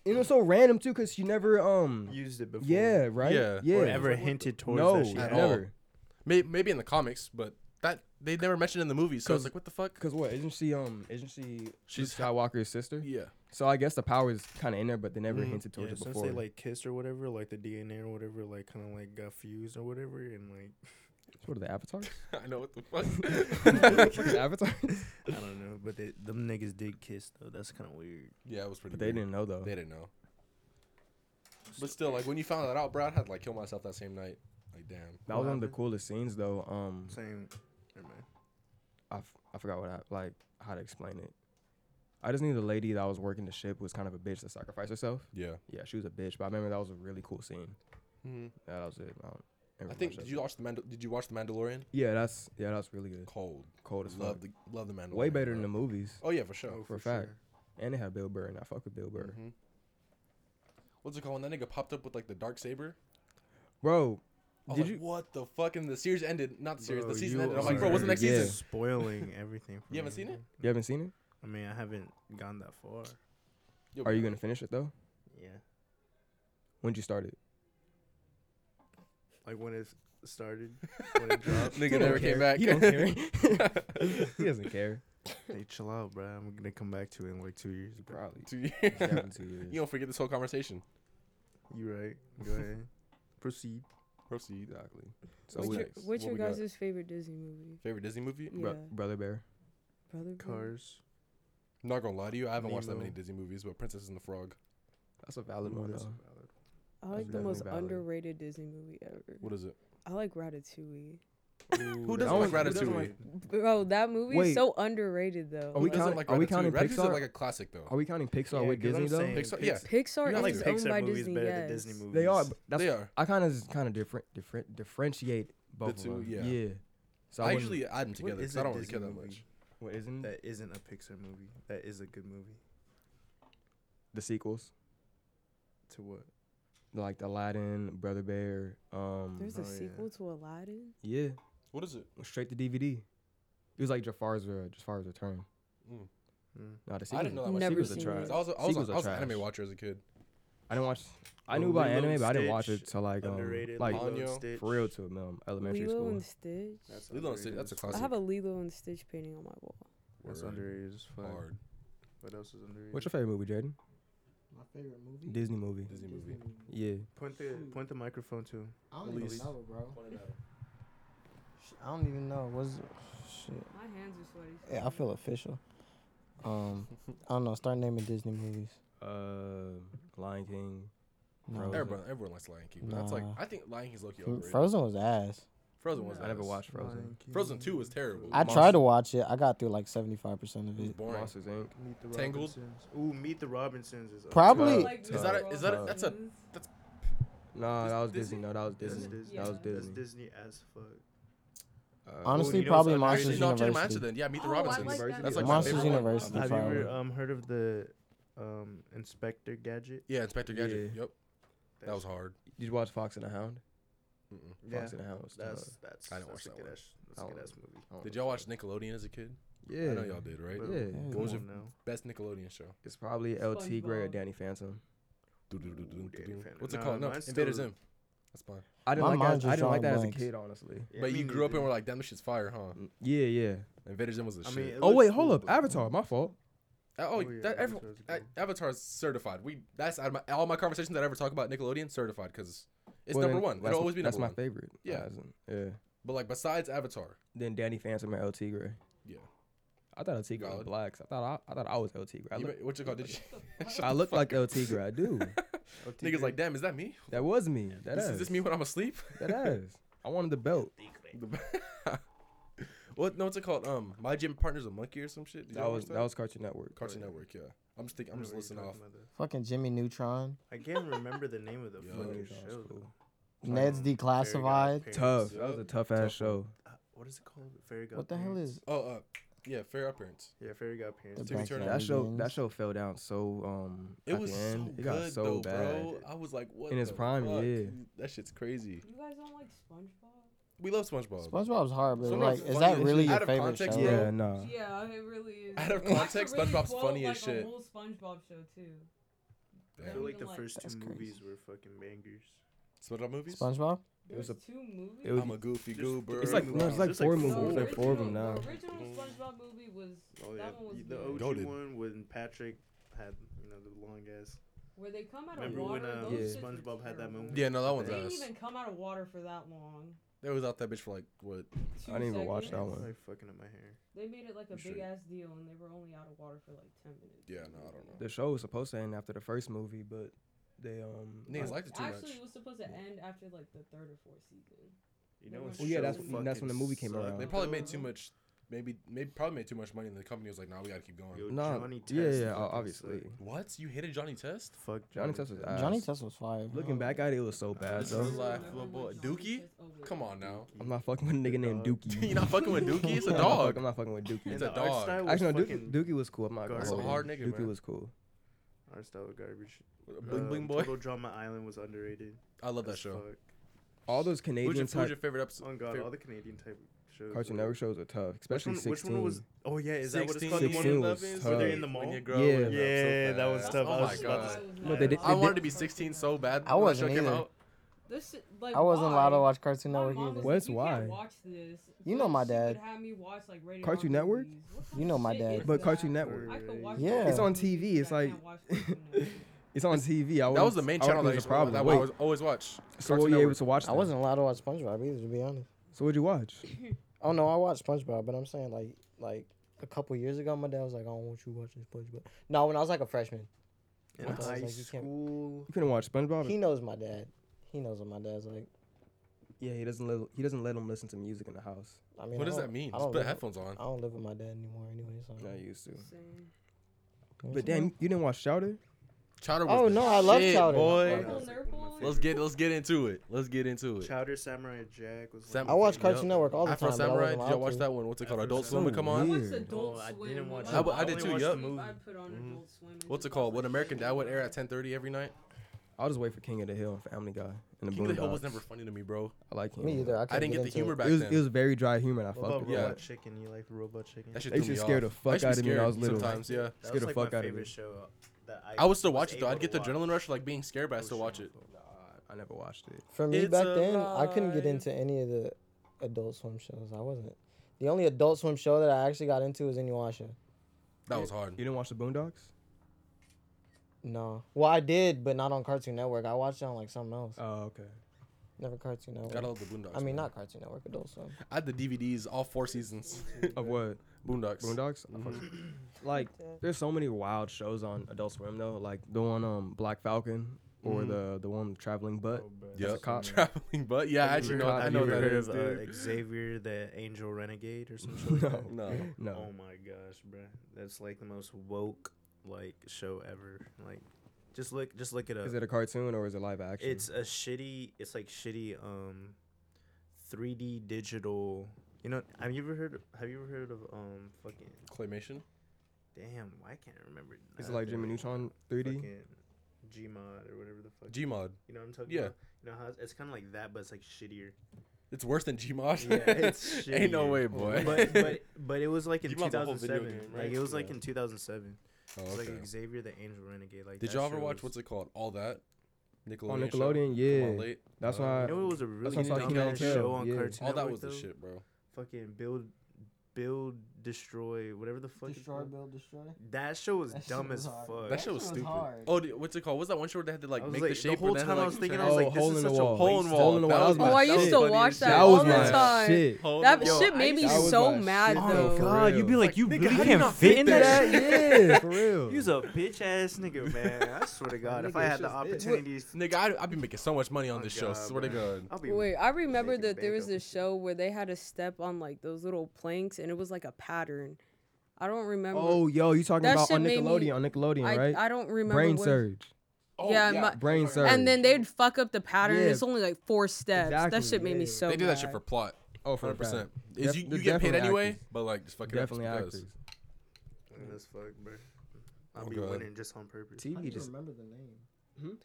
And it was so random too, cause she never um. used it before. Yeah. Right. Yeah. Yeah. Or ever hinted towards no. that she at had. all. Never. quick. Maybe, maybe in the comics, but that they never mentioned in the movie. So it's Cause- like, what the fuck? Cause what? Isn't she um? Isn't she? She's She's ha- Skywalker's sister. Yeah. [LAUGHS] So I guess the power is kind of in there, but they never Mhm. hinted towards yeah, it since before. they like kissed or whatever, like the DNA or whatever, like kind of like got fused or whatever, and like [LAUGHS] what are the avatars? [LAUGHS] I know what the Fucking fuck. [LAUGHS] avatars. I don't know, but they, them niggas did kiss though. That's kind of weird. yeah, it was pretty. But they weird. didn't know though. They didn't know. But still, like when you found that out, bro, I had to, like kill myself that same night. Like, damn. That was one of the coolest scenes though. Um, Same. Never mind. I, f- I forgot what I, like how to explain it. I just knew the lady that was working the ship was kind of a bitch that sacrificed herself. Yeah. Yeah, she was a bitch, but I remember that was a really cool scene. hmm Yeah, that was it. um, I, don't remember I much think of did it. you watch the Mandal- did you watch the Mandalorian? Yeah, that's yeah, that's really good. Cold. Cold as fuck. Love the love the Mandalorian. Way better than the bro. movies. Oh yeah, for sure. for a fact. And they had Bill Burr, and I fuck with Bill Burr. Mhm. What's it called? When that nigga popped up with like the dark saber. Bro, I was did like, you? What the fuck? And the series ended. Not the series. Bro, the season you ended. I'm like, are- bro, what's the next Yeah. season? [LAUGHS] Spoiling everything. For You haven't me, seen it? man. You haven't seen it? I mean, I haven't gone that far. Yo, Are you bro. gonna finish it though? Yeah. When'd you start it? [LAUGHS] Like when it started, [LAUGHS] when it dropped. Nigga He don't never came care. back. He don't care. [LAUGHS] [LAUGHS] he doesn't care. [LAUGHS] Hey, chill out, bro. I'm gonna come back to it in like two years. Bro. [LAUGHS] Probably. Two years. Seven, two years. you don't forget this whole conversation. You [LAUGHS] right? Go ahead. Proceed. Proceed. exactly. So What's What's we, your, next? what's What your we got? guys' favorite Disney movie? Favorite Disney movie? Yeah, Bro- brother bear. brother. Bear? Cars. I'm not gonna lie to you, I haven't watched that many Nemo. Disney movies, but Princess and the Frog. That's a valid Ooh, one. that's though. valid. I like the definitely most valid. underrated Disney movie ever. What is it? I like Ratatouille. Who that doesn't like one- who Ratatouille? doesn't Bro, that movie is Wait. so underrated though. Are we Who doesn't counting- like are we Ratatouille? counting Ratatouille's Pixar? like a classic though. Are we counting Pixar Yeah, with 'cause I'm Disney though? saying Pixar- Pix- yeah. Pixar You I is like like owned by Pixar movies Disney. better Yes. than Disney movies. They are. But that's they are. I kind of kind of different different differentiate both two, of them. yeah. So I wouldn't- usually add them together What is because I a don't really Disney care that movie much. what isn't That isn't a Pixar movie. That is a good movie. the sequels To what? like Aladdin, Brother Bear, um There's a Oh, yeah. sequel to Aladdin. yeah, What is it? straight to DVD. It was like Jafar's uh, Jafar's return. Mm. Mm. No, the I sequels. didn't know that much. Never sequels are seen trash. it. I was, a- I was, Sequels a- are I was an trash. anime watcher as a kid. I didn't watch. I knew Oh, about Lilo anime, and but I didn't watch Stitch, it till like um, Underrated. like Lilo and Ponyo. Stitch. for real to um, elementary Lilo school. and Stitch. That's Lilo and Stitch, that's a underrated. classic. I have a Lilo and Stitch painting on my wall. That's Word. underrated as fuck. Hard. What else is underrated? What's your favorite movie, Jaden? My favorite movie. Disney movie. Disney movie. Yeah. point the point the microphone to. I don't even Elise. know, bro. Sh- I don't even know. What's [LAUGHS] shit? My hands are sweaty. Yeah, I feel official. Um, I don't know. Start naming Disney movies. Uh, Lion King. No. Frozen. Everyone, everyone likes Lion King. But That's like Nah. I think Lion King's Loki Fro- overrated. Frozen was ass. Frozen was. I never ass. watched Frozen. Frozen Two was terrible. I Monst- tried to watch it. I got through like seventy five percent of It was it. boring. Monsters Inc. Meet the Tangled? Robinsons. Ooh, Meet the Robinsons is Probably- Is that a- is that a- that's a- Nah, Dis- that was Disney? Disney. No, that was That's Disney. Disney. That was Yeah. That's Disney. Disney as fuck. Uh, Honestly, You know what's probably underrated? Monsters No, I'll change my University. answer then. Yeah, Meet the Oh, I Robinsons. like that. That's like my Monsters favorite one. University. Have you probably. ever um, heard of the um, Inspector Gadget? Yeah, Inspector Gadget. Yeah. Yep, that was hard. Did you watch Fox and the Hound? Mm-mm. Yeah, Fox and the Hound. That's that's I didn't watch that's a that good one. ass that's I a don't good ass movie. Did y'all watch Nickelodeon as a kid? Yeah, I know y'all did, right? But Yeah. Yeah. come What was your on now. best Nickelodeon show? It's probably LT Gray or SpongeBob. Danny Phantom. Doo-doo-doo-doo-doo-doo. Danny Phantom. What's it Nah, called? No, mine's Invader still- Zim. That's fine. I didn't My like mind that. I just didn't like drawing that as a blanks. kid, honestly. Yeah, but me you grew up and neither. were like, damn, this shit's fire, huh? Mm, Yeah, yeah. Invader Zim was the I shit. mean, it Oh wait, looks hold cool, up. but- Avatar, my fault. Uh, oh, Oh, yeah, that, every, Avatar's that, cool. Avatar's certified. We that's out of my, all my conversations that I ever talk about Nickelodeon certified because it's Well, number then one. It'll that's- always be That's number my one. favorite. Yeah. As in- yeah. But like besides Avatar, Then Danny Phantom and LT Gray. Yeah. I thought LT Gray was Valid. blacks. I thought I, I thought I was LT Gray. I you look, ma- what you call? Did you, Shut I the look fuck like up. LT Gray. [LAUGHS] I do. Niggas like, damn, is that me? That was me. That This, ass. is this me when I'm asleep? [LAUGHS] That ass. I wanted the belt. [LAUGHS] what? No, what's it called? Um, my gym partner's a monkey or some shit. Did That y'all was watch that was Cartoon Network. Cartoon Network. Yeah, I'm just thinking. I'm just listening off. Fucking Jimmy Neutron. I can't remember the name of the Yo, fucking that was show. cool. though. Ned's Um, Fairy Declassified. Godparents. Tough. Yeah. That was a tough Tough one. ass show. Uh, What is it called? Fairy What the hell Godparents? is Oh, uh, yeah, fair appearance. Yeah, Fairy Godparents. the Timmy Turner. Backyard That show that Indians? show fell down so um It at was the so end. good it got so though, bad. bro. I was like, what? In its the prime, fuck? yeah. That shit's crazy. You guys don't like SpongeBob? We love SpongeBob. SpongeBob's hard, but SpongeBob's like, funny is that as really shit. your Out of favorite context, show? bro. Yeah, nah. Yeah, it really is. Out of That's a context, really SpongeBob's quote, funny like, as a shit. whole SpongeBob show too. I Damn. feel like the Like, first two that's crazy. movies were fucking bangers. SpongeBob movies. SpongeBob. It It was was a- two movies. it was- I'm a goofy Just- goober. It's like no, it's like It's like four four. movies. It's like four of them original- now. The original Mhm. SpongeBob movie was Oh yeah, that one was the good. OG Goated. one when Patrick had you know the long ass. Where they come out of Remember water. when uh, those Yeah. shits were SpongeBob had that terrible. moment? Yeah, no, that They one's That didn't ass. even come out of water for that long. They was out that bitch for like what? Two I didn't even watch that seconds. one. Like fucking up my hair. They made it like a You sure? big ass deal, and they were only out of water for like ten minutes. Yeah, no, I don't know. The show was supposed to end after the first movie, but they um Niggas liked it too Actually, it much. was supposed to end after like the third or fourth season. You know. Well, what yeah, show that's when- that's when the fucking movie came sucked, around. They probably made though? too much. Maybe, maybe probably made too much money, and the company was like, "Nah, we gotta keep going." Yo, No, Johnny Test yeah, yeah, fucking o- obviously. sucked. What? You hated Johnny Test? Fuck Johnny Test Uh, was ass. Johnny Test was fire. Looking back at it, it was so bad This is though. life, Remember little when boy. Johnny Dookie? Test- oh, wait. Come on now. [LAUGHS] I'm not fucking with a nigga named Dog. Dookie. You're not fucking with Dookie. It's a I'm not fuck- dog. I'm not fucking with Dookie. It's And a the art dog. style was Actually, no, Dookie, fucking- Dookie was cool. I'm not gonna That's That's a Oh, lie. yeah. hard nigga, Dookie man. was cool. Art style was garbage. Bling Uh, bling boy. Total Drama Island was underrated. I love that as show. fuck. All those Who's your, Canadian who's your type favorite episode? Oh god, favorite- all the Canadian type shows. Cartoon were- Network shows are tough, Which especially one, which one sixteen. was? Oh yeah, is that what it's 16? called? The one 16 with was Where they're in the tough. mall. When you Yeah, grow Yeah. up so Yeah, that was fast. tough. Oh I my was That's god. why about was No, mad they at did- all I that wanted to shit. be 16 so bad. I when that wasn't show came either. out. This shit, like, I wasn't allowed to why? watch Cartoon My Network mom was either. like, What's "You why? can't watch this." You know my She would dad. have me watch, like, rated Cartoon R Network? movies. What kind You know of my shit dad. is But that? Cartoon Network. I could watch Yeah. those It's on movies, TV, but it's I like- can't watch Cartoon Network. It's on TV. I That was the wouldn't- main I channel that, wouldn't think I used it's to- a that problem. I Wait, was always watch. so Cartoon were you able Network. to watch? I That? wasn't allowed to watch SpongeBob either, to be honest. So what'd you watch? Oh no, I watched SpongeBob, but I'm saying like like a couple years ago, my dad was like, "I don't want you watching SpongeBob." No, when I was like a freshman, in What? high Like, you can't- school. You couldn't watch SpongeBob. he knows my dad. He knows what my dad's like. yeah, he doesn't let he doesn't let him listen to music in the house. I mean, what I does don't- that mean? I Just don't, put live, headphones on. I don't live with my dad anymore, anyway. So. I used to. Same. But damn, you didn't watch Chowder? Chowder was Oh the no, I love shit, Chowder. boy. Uncle Nurple? Let's get let's get into it. Let's get into it. Chowder Samurai Jack was. Sam- I watch Yep. Cartoon Network all the Afro time. Samurai, did but I y'all wasn't watch allowed that one? What's it called? Afro Adult Swim Samurai. would come I on. Yeah. watched Weird. Adult Oh, I Swim. didn't watch like, that. I- I only did too, watched yup. the movie. I put on Mhm. Adult Swim. and What's it just called? watched, What like, American shit. Dad would air at 10:30 every night. I'll just wait for King of the Hill and Family Guy. And the King of the Hill was Boondocks. never funny to me, bro. I like him. to. Me either. I, I couldn't didn't get the into humor It. back it was then. it was very dry humor, and I What fucked about with Yeah. it. Robot Chicken? You like Robot Chicken? that shit They threw used to me off. scare the I fuck used to be out of me when I scared was little. Sometimes, yeah. That Scared was the like fuck my out of favorite it. show. uh, That I would still was watch it though. able I'd to get the watch. adrenaline rush of, like being scared, but I was still watch it. shameful. I never watched it. For me It's back then, I couldn't alive. get into any of the Adult Swim shows. I wasn't. The only Adult Swim show that I actually got into was Inuyasha. That was hard. You didn't watch the Boondocks? No, well I did, but not on Cartoon Network. I watched it on like something else. Oh, okay. Never Cartoon Network. Gotta love the Boondocks. I mean, man. not Cartoon Network, Adult Swim. I had the DVDs, all four [LAUGHS] seasons. Of what? [LAUGHS] Boondocks. Boondocks? I fucks- Like, there's so many wild shows on Adult Swim though. Like the one um Black Falcon or Mhm. the the one traveling butt. Yeah, That's a [LAUGHS] cop. traveling, but yeah, I Have actually you know. ever- I have know you what ever that heard is. of dude. uh, Xavier the Angel Renegade [LAUGHS] or [LAUGHS] something. [LAUGHS] No. No, No. Oh my gosh, bruh. That's like the most woke like show ever. Like, just look, just look it up. Is it a cartoon or is it live action? It's a shitty. It's like shitty. Um, 3D digital. You know, have you ever heard? Have you ever heard of um fucking? claymation. Damn, why can't I remember? Is it nothing? like Jimmy Neutron 3D? Fucking Gmod or whatever the fuck. Gmod. you know what I'm talking Yeah. about? You know how it's, it's kind of like that, but it's [LAUGHS] like shittier. It's worse than Gmod. Yeah, [LAUGHS] it's Ain't no shittier. way, boy. but but but it was like in Gmod's a whole video 2007. game, Like right? it was like Yeah. in 2007. oh, It's okay. like Xavier the Angel Renegade. Like Did that y'all ever shit watch was- what's it called? All that. Nickelodeon. on show? Nickelodeon, Come on, yeah. late. That's Uh, why You know it was a really what I'm talking dumb about, ass yeah. show on Yeah. Cartoon all that Network, was the though. shit, bro. Fucking build, build, destroy, whatever the fuck. it's destroy, called. build, destroy. That show was That shit dumb was as hard. fuck. That shit was shit was stupid. hard. Oh, dude, what's it called? What's that one show where they had to I like was make like- the the shape? whole and then had to, time I like, was thinking, turn I was it? Oh, like, this hole is in the such a wall. hole in the waste wall. Hole in the That Wall. was That my Oh, I shit. used to Funny as watch shit. that That all was the my time. shit. Hole in That the wall. shit made I me used to- That was so my mad shit, for though. like, real. you how really do you not fit in that that, yeah, for [LAUGHS] real. You's a bitch ass nigga, man. I swear to God, if I had [LAUGHS] the opportunities, Nigga, I, I've been making so much money on Oh, this show. God, Swear to bro. God. I'll be. Wait, I remember making that there bank was off this this show where they had to step on like those little planks and it was like a pattern. I don't remember. Oh, yo, you talking That about shit on made me- Nickelodeon? On Nickelodeon, I, right? I don't remember. Brain what- surge. Oh, yeah, my- Brain surge. and then they'd fuck up the pattern. Yeah. It's only like four steps. Exactly, that shit made me yeah. so. they do that shit mad. for plot. oh, for a Hundred percent. fact. Is Def- you, they're you get paid definitely anyway, actors. but like just fucking Definitely actors. That's fuck, bro. I'll Oh, be God. winning just on purpose. I TV don't just. remember the name.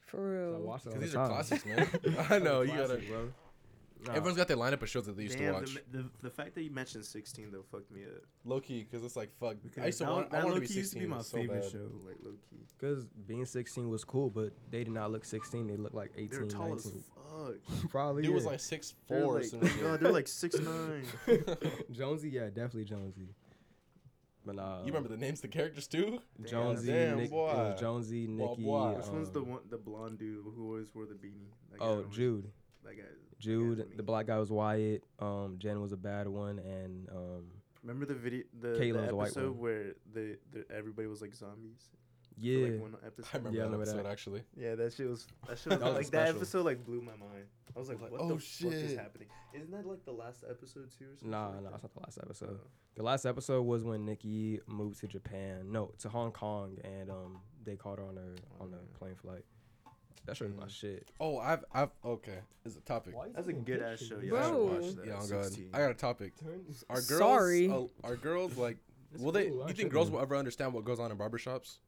for I real. watch Because it all the these are time. [LAUGHS] classics, man. I know you gotta. Classic, bro. Everyone's got their lineup of shows that they used Damn, to the, watch. the, the fact that you mentioned 16 though fucked me up. Low key, because it's like fuck. I Because used to that- want. that I wanted to low be key used sixteen. my so favorite bad. show, like low key. Because being 16 was cool, but they did not look 16. They looked like 18, They're tall 19. as fuck. Probably. Dude was yeah. like six They're four or like, something. [LAUGHS] God, they're like six nine. [LAUGHS] Jonesy, yeah, definitely Jonesy. But nah, You remember the names, of the characters too? Jonesy, Damn, Nick, it boy. was Jonesy, Boy, Nicky. boy. Which one's the um, one, the blonde dude who always wore the beanie? That guy Oh, always- Jude. That guy. that guy's Jude, the mean. black guy was Wyatt. Um, Jen was a bad one, and um, Remember the video, the, the Kayla was a white episode one. where the, the everybody was like zombies. for, yeah, Like one episode. [LAUGHS] I remember Yeah, I that remember episode that. actually. Yeah, that shit was. That shit That was was, a like that special. episode like blew my mind. I was like, Like, what oh, the fuck is shit. happening? Isn't that like the last episode too? Or something nah, like nah, that? it's not the last episode. Oh. The last episode was when Nikki moved to Japan. No, to Hong Kong, and um, they caught her on her on a plane flight. Mm. That show's my shit. Oh, I've, I've, okay. Is a topic. That's a good ass show. Yeah, I should Bro. watch that. Yeah, I'm good. 16. I got a topic. Are girls? Sorry. Uh, are girls like? Will they? cool, I You should think girls be. will ever understand what goes on in barbershops?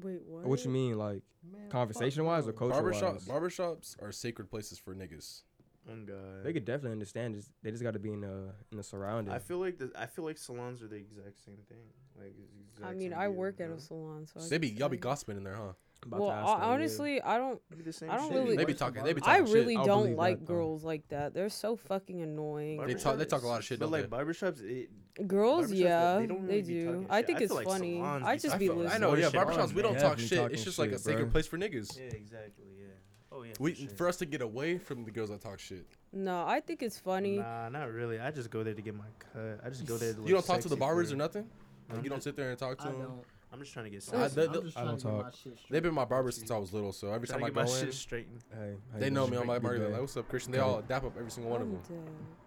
Wait, what? What you mean, like conversation wise or culture Barbershop, wise? barbershops are sacred places for niggas. Oh, God. They could definitely understand. Just they just got to be in the in the surrounding. I feel like the, I feel like salons are the exact same thing. Like, it's the I exact mean, same I deal, work at you know? a salon, so. I they be can y'all be say. gosping in there, huh? About to Well, ask I, them, yeah. honestly, I don't. It'd be the same I don't shit. really- They be Watch the talking. They be barber- talking I shit. really I'll don't believe that, like though. girls like that. They're so fucking annoying. They talk- they talk a lot of shit, But don't like they? barbershops, it, Girls, barbershops, they- yeah, they they, don't really be talking do. shit. I think I feel it's like funny. salons I be just I, talking be feel- listening. I know, yeah. Shit on, Barbershops, we man. don't talk Definitely shit. It's talking just like a shit, sacred bruh. place for niggas. yeah, exactly, yeah. Oh yeah. We, for us to get away from the girls that talk shit. No, I think it's funny. Nah, not really. I just go there to get my cut. I just go there. To You don't talk to the barbers or or nothing. nothing. Like I'm you don't just- sit there and talk to I them. don't. I'm just trying to get. I- Some, Listen, the- I'm just I trying don't to get my talk. shit straight. They've been my barber since I was little, so every time trying I to get go my in, shit straightened. Hey, how they you know doing? me on my You barber. They're good? like, "What's up, Christian?" They all dap up every single one of them.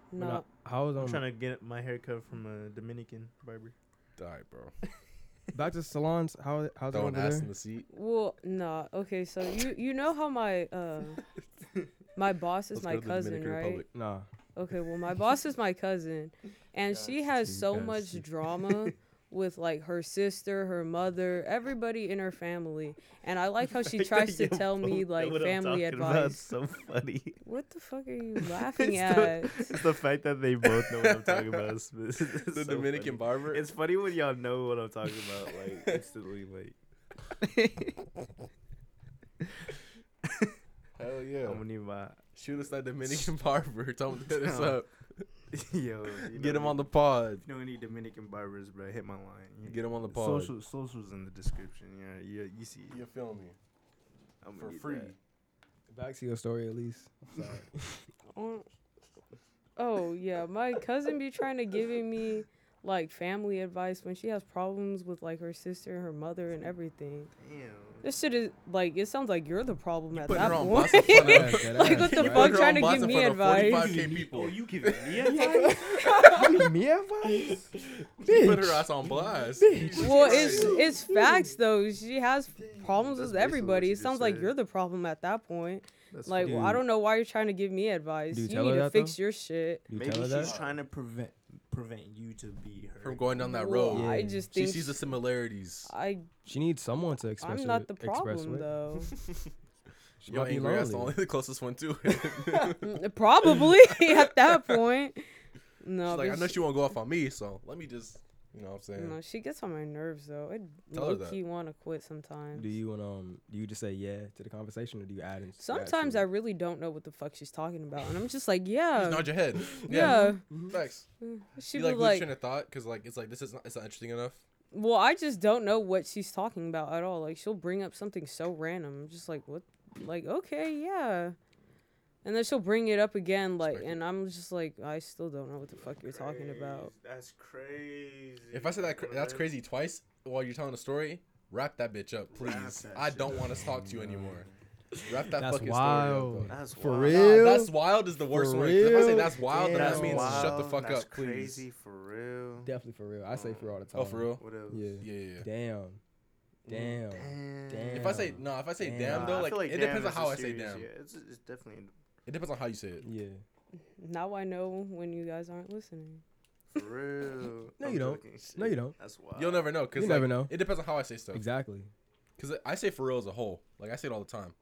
When No, I, I was um, I'm on trying to get my haircut from a Dominican barber. All right, bro. back to salons. How how's it Throwing over ass there? in the seat. well, no. Okay, so you you know how my uh [LAUGHS] my boss is Let's my go to the cousin, Dominican right? Republic. Nah, Okay, [LAUGHS] well, my boss is my cousin, and she has Gee, so guys. [LAUGHS] much drama with like her sister, her mother, everybody in her family, and I [LAUGHS] like how she tries to You tell me both know like what I'm family talking about. It's advice. So funny. What the fuck are you [LAUGHS] laughing It's the- at? It's the fact that they both know what I'm talking about. It's, [LAUGHS] it's The so Dominican funny. barber. It's funny when y'all know what I'm talking [LAUGHS] about, like instantly, like Hell yeah. I'm gonna need my Shoot us that Dominican barber. Tell him to hit us No. up. [LAUGHS] yo. Get him on the pod. You know any Dominican barbers, bro? Hit my line. You Get him on the pod. Social, socials in the description. Yeah, yeah. You see, You feel me? I'm For free. back to your story at [LAUGHS] least. Oh, oh yeah, my cousin be trying to giving me like family advice when she has problems with like her sister and her mother and everything. Damn. This shit is like it sounds like you're the problem at putting that her on point. blast in front of- like what the You put fuck her trying on to blast give in me front of advice? 45K people. you giving me [LAUGHS] advice? me advice? You put her ass on blast. Jesus Well, Christ. it's it's facts though. She has problems That's with basically what everybody. you It just sounds like said. you're the problem at that point. Like well, I Dude. don't know why you're trying to give me advice. Dude, you tell need her to that, fix though. your shit. You maybe tell her she's that? trying to prevent prevent you to be her. from going down that Well, road. I Yeah. just She think sees the similarities. I She needs someone to express. I'm her- not the express problem with. though. She Yo, might be angry. That's the lonely. only [LAUGHS] the closest one too. Mm, [LAUGHS] Probably at that point. No, She's like, but I know she won't go off on me, so let me just, you know what I'm saying? No, she gets on my nerves though. I Tell her low that. key want to quit [LAUGHS] sometimes. Do you and um do you just say yeah to the conversation or do you add in Sometimes I really don't know what the fuck she's talking about, and I'm [LAUGHS] just like, yeah, Just nod your [LAUGHS] head. Yeah. yeah. Facts. She you like, was like, like train of thought because like it's like this is not it's not interesting enough. well, I just don't know what she's talking about at all. Like she'll bring up something so random. I'm just like, what? Like okay, yeah. And then she'll bring it up again, like, Respect it. and I'm just like, I still don't know what the fuck you're talking about. That's crazy. If I said that cra- that's bruh. crazy twice while you're telling a story, wrap that bitch up, Wrap please. that I shit don't up. want to talk to you anymore. Wrap that That's fucking wild. story up. though. That's For wild. real? Nah, that's wild is the worst For one. 'cause If I say real? that's wild, then That's that means shut the wild, fuck that's up, please. Crazy for real. definitely for real. I say for all the time. Oh, for real? What else? Yeah. Yeah, yeah. yeah. Damn. Damn. Damn. If I say Damn. no, if I say damn, Damn. Nah, though, I like, feel it damn depends on is a how I say serious- damn. Yeah, it's, it's definitely It depends on how you say it. Yeah. Now I know when you guys aren't listening. for real. No, I'm you don't. joking. No, you don't. That's wild. You'll never know because You like, never know. It depends on how I say stuff. Exactly. Because I say for real as a whole. Like I say it all the time.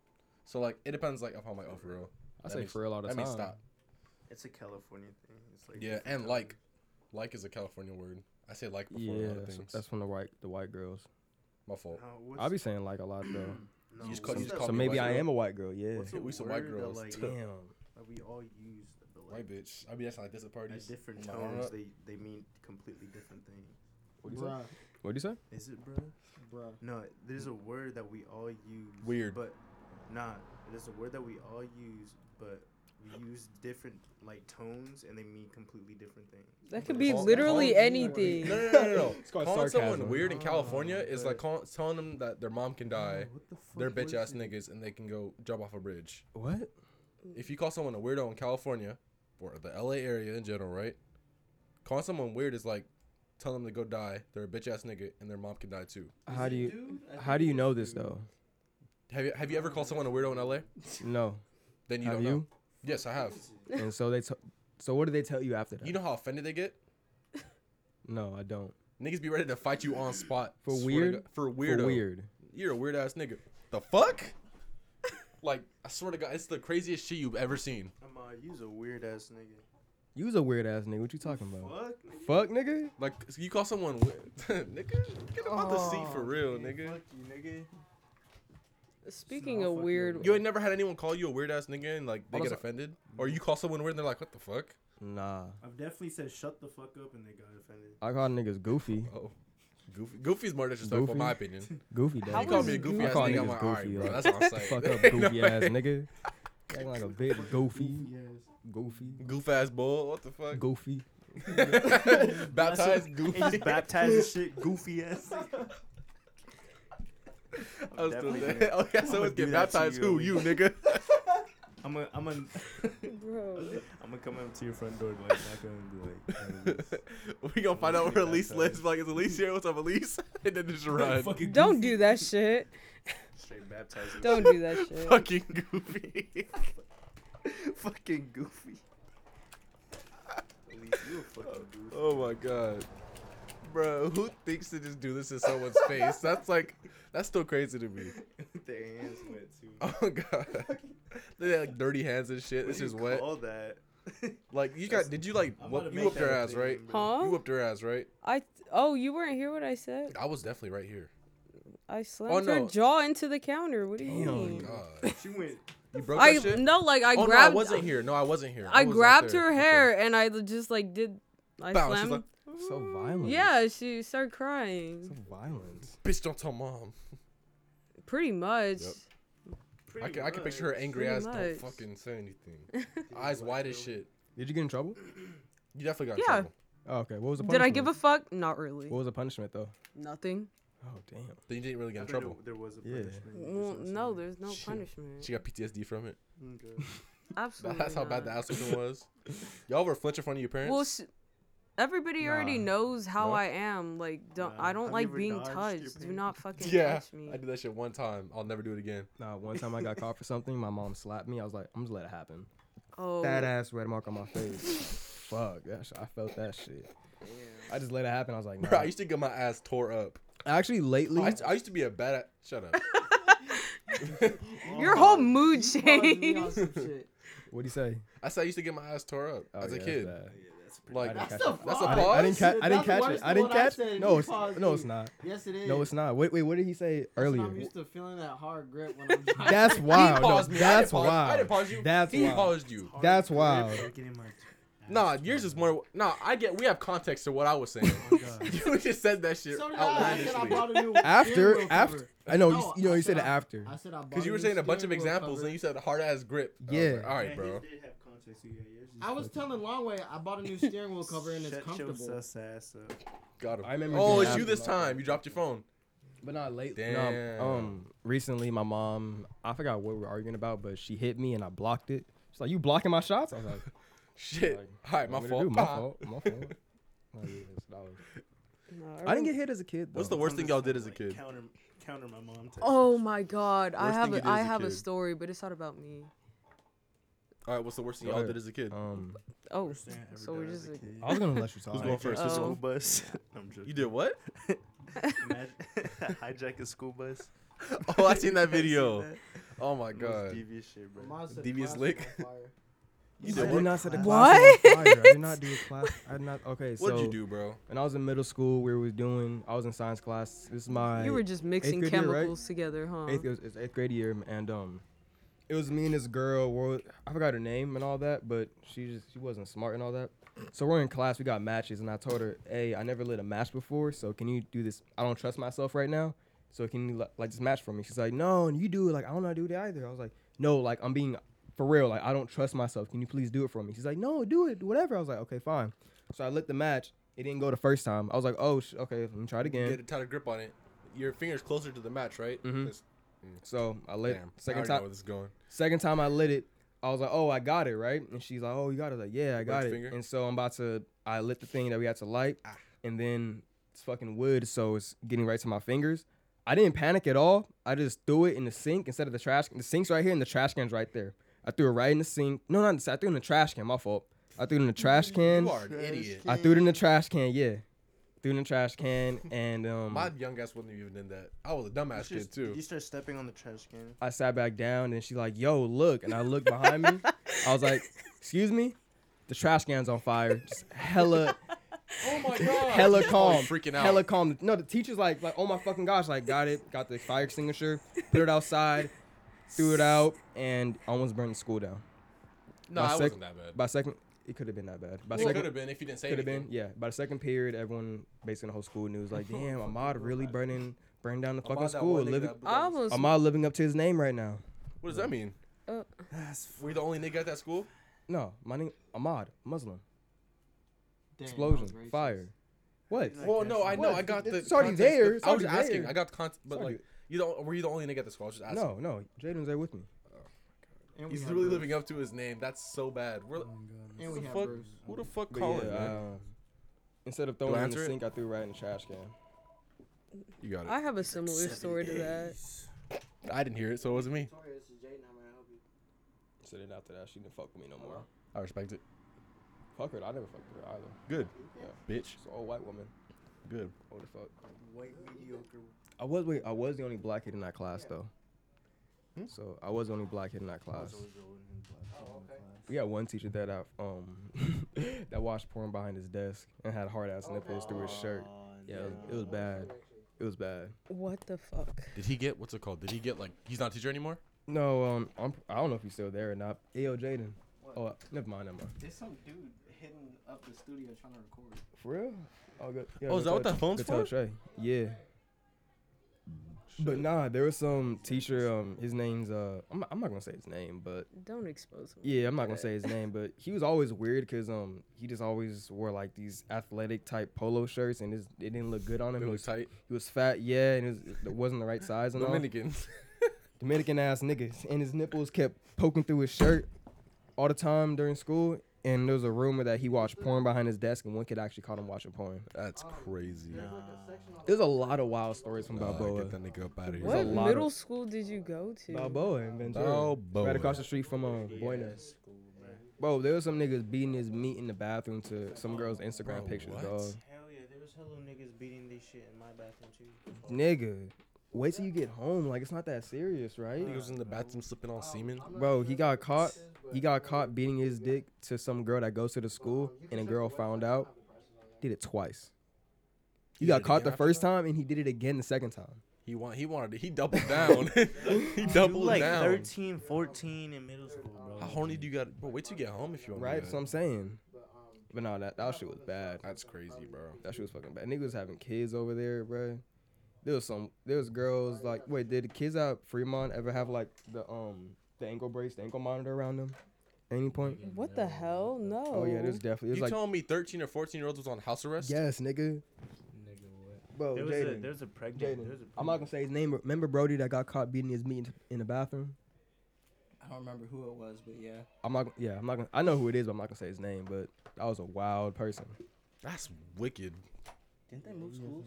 So like it depends like if I'm like oh for real. I That say means- for real all the That time. means stop. It's a California thing. It's like Yeah, different and Cali- like, like is a California word. I say like before Yeah, other that's, things. that's from the white the white girls. My fault. No, Uh, what's, I'll be saying like a lot though. no, you just call- what's you just that- call so me maybe white I [LAUGHS] girl? am a white girl. Yeah. What's a We some white word girls. That, like, Damn. that we all use, but White like bitch. I be acting like this at at parties. different Am I wrong? tones, they they mean completely different things. What do you say? Bruh, What do you say? Is it, bro? bruh. No, there's a word that we all use. Weird. But nah, there's a word that we all use, but we use different like tones, and they mean completely different things. That could Call- be call- literally call- anything. No, no, no, no. no. [LAUGHS] It's called calling someone sarcasm. weird in California Oh, is but- like call, telling them that their mom can die, Oh, what the fuck they're bitch was ass it? niggas, and they can go jump off a bridge. What? If you call someone a weirdo in California, or the LA area in general, right? Calling someone weird is like telling them to go die. They're a bitch ass nigga, and their mom can die too. How do you how do you know this though? Have you have you ever called someone a weirdo in LA? No. Then you Have don't know. you? Yes, I have. and so they t- so what do they tell you after that? You know how offended they get? no, I don't. Niggas be ready to fight you on spot For Swear to weird? God- For For weirdo. weird. You're a weird ass nigga. The fuck? [LAUGHS] like I swear to God, it's the craziest shit you've ever seen. I'm uh, you's a weird ass nigga. You's a weird ass nigga. What you talking about? Fuck, nigga. Fuck, nigga. Like you call someone weird, [LAUGHS] nigga. Get him out the seat for real, Yeah, nigga. Fuck you, nigga. Speaking Nah, of fuck you. weird, You ain't never had anyone call you a weird ass nigga and like they Hold get on, offended, or you call someone weird and they're like, what the fuck? Nah. I've definitely said shut the fuck up, and they got offended. I call niggas goofy. Oh, goofy. Goofy's more disrespectful, in Goofy? my [LAUGHS] opinion. Goofy How you does. call is me a goofy goofy? ass I call nigga, I'm niggas like, all right, goofy, bro, like, that's what I'm saying. [LAUGHS] Fuck up, Ain't no goofy ass way. nigga. Acting like a bitch. Goofy. Yes. Goofy. Goof ass bull. What the fuck? Goofy. [LAUGHS] Baptized goofy. He's baptized and shit, goofy ass. [LAUGHS] I was still Definitely there. gonna- Oh yeah, someone gonna do get that to baptized. you, Who Elise. you, nigga? [LAUGHS] I'm gonna, I'm gonna, [LAUGHS] bro, I'm gonna come up to your front door, like, knock on it [LAUGHS] and be like, "Elise." we gonna find out where Get Elise lives. baptized. Like, is Elise here? What's up, Elise? [LAUGHS] and then just run. Fucking [LAUGHS] don't goofy. do that shit. Straight baptized. and Don't [LAUGHS] do that shit. Fucking goofy. shit. fucking goofy. Elise, you a fucking goofy. oh my god, bro. Who thinks to just do this in someone's face? That's like, that's still crazy to me. [LAUGHS] With [LAUGHS] Their hands wet too. Oh god, [LAUGHS] they had like dirty hands and shit. What This do is you wet. Call that. Like you That's- got? Did you like? I'm Whoop, gonna you make whooped that her a ass, thing, right? bro. You Huh? whooped her ass, right? I oh, you weren't here what I said. I was definitely right here. I slammed no. her jaw into the counter. What do you Damn. mean? God, She went. you broke I that shit. no, like I oh no, I grabbed. wasn't here. No, I wasn't here. I was out grabbed there. her Okay. hair and I just like did. I Bow, she's slammed. like, So violent. yeah, she started crying. So violent. Bitch, don't tell mom. Pretty much. Yep. I can, I can picture her angry Pretty ass. Don't much. fucking say [LAUGHS] anything. Eyes wide as shit. Did you get in trouble? You definitely got Yeah. in trouble. Oh, okay. What was the Did punishment? I give a fuck? Not really. What was the punishment though? Nothing. Oh damn. Then you didn't really get in There, trouble. there was a Yeah. punishment. Mm, Well, That's no, what Mm, there's no Shit. punishment. She got PTSD from it. [LAUGHS] I'm saying. Okay. Absolutely. That's how bad not. the ass whipping was. Y'all were flinching in front of your parents. [LAUGHS] Well, sh- everybody already Nah. knows how No? I am. Like, don't Nah. I Have don't you like ever being dodged your touched. Do parents? not fucking yeah, touch me. I did that shit one time. I'll never do it again. Nah, one time I got caught for something, my mom slapped me. I was like, I'm just let it happen. Oh, That ass red mark on my face. fuck. That sh- I felt that shit. Damn. I just let it happen. I was like, nah. Bro, I used to get my ass tore up. actually lately. I used, I used to be a bad. At, shut [LAUGHS] up. Your whole mood You caused me [LAUGHS] on changed. some shit. What'd he say? I said I used to get my ass tore up Oh, as a yeah, that's kid. bad. Like I that's, [LAUGHS] didn't That's catch the a vibe. pause. I didn't, ca- I didn't That's catch it. worse I than didn't what I catch said. it. No, You it's caused no, me. it's not. Yes, it is. No, it's not. Wait, wait. What did he say That's earlier? when I'm used to feeling that hard grip when I'm driving. [LAUGHS] That's wild. He paused no, me. That's I didn't Pause, I wild. didn't pause you. That's he wild. paused you. That's wild. Nah, yours is more. Nah, I get. We have context to what I was [LAUGHS] saying. [LAUGHS] Oh you just said that shit So did I. I said I outlandishly. bought [LAUGHS] a new steering After, wheel after. cover. I know. No, You, you know. I You said said it after. I said I bought Because you were new saying a bunch of steering wheel examples, cover. and you said hard ass grip. I was Yeah. like, All right, bro. [LAUGHS] I was telling Longway I bought a new steering wheel cover and it's Shut comfortable. your sus ass up. Got him. I remember oh, doing it's that you this after my- time. You dropped your phone. But not lately. Damn. No, um, recently my mom, I forgot what we were arguing about, but she hit me and I blocked it. She's like, "You blocking my shots?" I was like, Shit. Like, All right, my "What fault. do I do? My Ah. [LAUGHS] fault. My fault." Like, yeah, so that was- Nah, I remember- didn't get hit as a kid. What's though. the worst thing y'all did as a kid? Counter, counter my mom. Type Oh my god, I Worst have thing you a, did I as a have a kid. story, but it's not about me. All right, what's the worst thing Go y'all ahead. did as a kid? [LAUGHS] Um, shit. Oh, Understand every so we're dad as just a like, kid. I was gonna let you talk. Who's going first? The Who's Oh. school bus. [LAUGHS] [LAUGHS] I'm joking. You did [LAUGHS] what? [LAUGHS] Imagine- [LAUGHS] hijack a school bus. Oh, I seen [LAUGHS] that [LAUGHS] I video. that. Oh my Most god. devious shit, bro. Mine said Devious plastic [LAUGHS] lick. on fire. You I did did what? not set a What? class on fire. I did not do a class. I did not. Okay, so What did you do, bro? when I was in middle school, we were doing. I was in science class. This is my. you were just mixing grade year, right? chemicals together, huh? Uh-huh. eighth, it was, it's eighth grade year, and um, it was me and this girl. We're, I forgot her name and all that, but she just she wasn't smart and all that. So we're in class, we got matches, and I told her, "Hey, I never lit a match before, so can you do this? I don't trust myself right now, so can you li- like just match for me?" She's like, "No, and you do it. Like I don't know how to do that either." I was like, "No, like I'm being for real. Like I don't trust myself. Can you please do it for me?" She's like, "No, do it. Whatever." I was like, "Okay, fine." So I lit the match. It didn't go the first time. I was like, "Oh, sh- okay, let me try it again." Get a tighter grip on it. Your fingers closer to the match, right? Mhm. This- So I lit Damn. I second already time. Know where this is going. Second time I lit it, I was like, "Oh, I got it right," and she's like, "Oh, you got it." I was like, "Yeah, I got Burnt it." finger? Ah. And so I'm about to, I lit the thing that we had to light, and then it's fucking wood, so it's getting right to my fingers. I didn't panic at all. I just threw it in the sink instead of the trash. The sink's right here, and the trash can's right there. I threw it right in the sink. No, not in the sink. I threw it in the trash can. My fault. I threw it in the trash can. You are an idiot. I threw it in the trash can. Yeah, threw it in the trash can, and um, My young ass wouldn't have even done that. I was a dumbass kid You just- too. You start stepping on the trash can. I sat back down and she's like, yo, look. And I looked behind me. I was like, excuse me? The trash can's on fire. Just hella, [LAUGHS] Oh [LAUGHS] my hella calm. freaking out. Hella calm. No, the teacher's like, like, oh my fucking gosh, like, got it. Got the fire extinguisher, put it outside, threw it out, and almost burned the school down. no, my I sec- wasn't that bad. By second, it could have been that bad. By it could second, have been if you didn't say could have anything. been, yeah. By the second period, everyone, basically the whole school knew, was like, damn, Ahmad really burning, burned down the fucking Ahmad, that school. one nigga Living, that blew I up his- almost Ahmad living up to his name right now. What does that mean? Uh, [LAUGHS] Were you the only nigga at that school? No, my name, Ahmad, Muslim. Damn, that was explosion, racist. fire. What? Like, Well, no, I know. What? I got the. It's already context, there. but It's I was already just asking. there. I got the context, but already- like, you don't. Were you the only nigga at the school? I was just asking. No, no. Jaden's there with me. And we He's had really Bruce. living up to his name. That's so bad. We're, And who, we the had fuck, Bruce. who the fuck Mm. But calling? yeah, man? um, instead of Do throwing I it in the answer it? sink, I threw it right in the trash can. you got it. I have a similar story to that. I didn't hear it, so it wasn't me. Sorry, this is Jaden. How may I help you? So then after that, she didn't fuck with me no more. I respect it. Fuck her. I never fucked with her either. Good, bitch. She's an old white woman. Good. What the fuck? White mediocre. I was wait. I was the only black kid in that class though. So Hmm? I was the only black kid in that class. Oh, We got one teacher that I, um [LAUGHS] that watched porn behind his desk and had hard ass nipples through his shirt. Yeah, it was, it was bad. It was bad. What the fuck? Did he get what's it called? Did he get like he's not a teacher anymore? No, um, I'm, I don't know if he's still there or not. Hey, yo, Jaden. Oh, never mind, never mind. There's some dude hidden up the studio trying to record. For real? Oh, good. Yeah, Oh, is go that what tell- that phone's go tell for? Trey. Yeah. But nah, there was some teacher. Um, his name's uh, I'm not, I'm not gonna say his name, but Don't expose me. yeah, I'm not gonna say his name, but he was always weird because um, he just always wore like these athletic type polo shirts, and his, it didn't look good on him. It He was was, tight. he was fat, yeah, and it, was, it wasn't the right size and all. Dominican. Dominican ass niggas, and his nipples kept poking through his shirt all the time during school. And there was a rumor that he watched porn behind his desk, and one kid actually caught him watching porn. [LAUGHS] That's crazy. There's a lot of wild stories from Nah, Balboa. Oh, get that nigga up out of here. What lot middle of- school did you go to? Balboa in Ventura, Balboa. right across the street from uh, Buena. um, Bro, there was some niggas beating his meat in the bathroom to some girl's Instagram Bro, pictures, what? dog. Hell yeah, there was hella niggas beating this shit in my bathroom too. Nigga, wait till you get home. Like it's not that serious, right? He was in the bathroom slipping on semen. Bro, he got caught. He got caught beating his dick to some girl that goes to the school, and a girl found out. Did it twice. He did got it caught the again after first time, and he did it again the second time. He want he wanted he doubled down. [LAUGHS] he You doubled like down. 13, 14 in middle school, bro. How horny do you got? Bro, wait till you get home if you want. Right? To So I'm saying. But no, that that shit was bad. That's crazy, bro. That shit was fucking bad. Niggas was having kids over there, bro. There was some. There was girls like. Wait, did the kids at Fremont ever have like the um the ankle brace, the ankle monitor around them? At any point? What the hell? No. Oh yeah, there's definitely. It's You like telling me 13 or 14 year olds was on house arrest? yes, nigga. Bro, There was a Jaden. there's a pregnant. Jaden. There's a I'm not gonna say his name. but Remember Brody that got caught beating his meat in- in the bathroom? I don't remember who it was, but yeah. I'm not. Yeah, I'm not gonna. I know who it is, but I'm not gonna say his name. But that was a wild person. That's wicked. Didn't they move schools?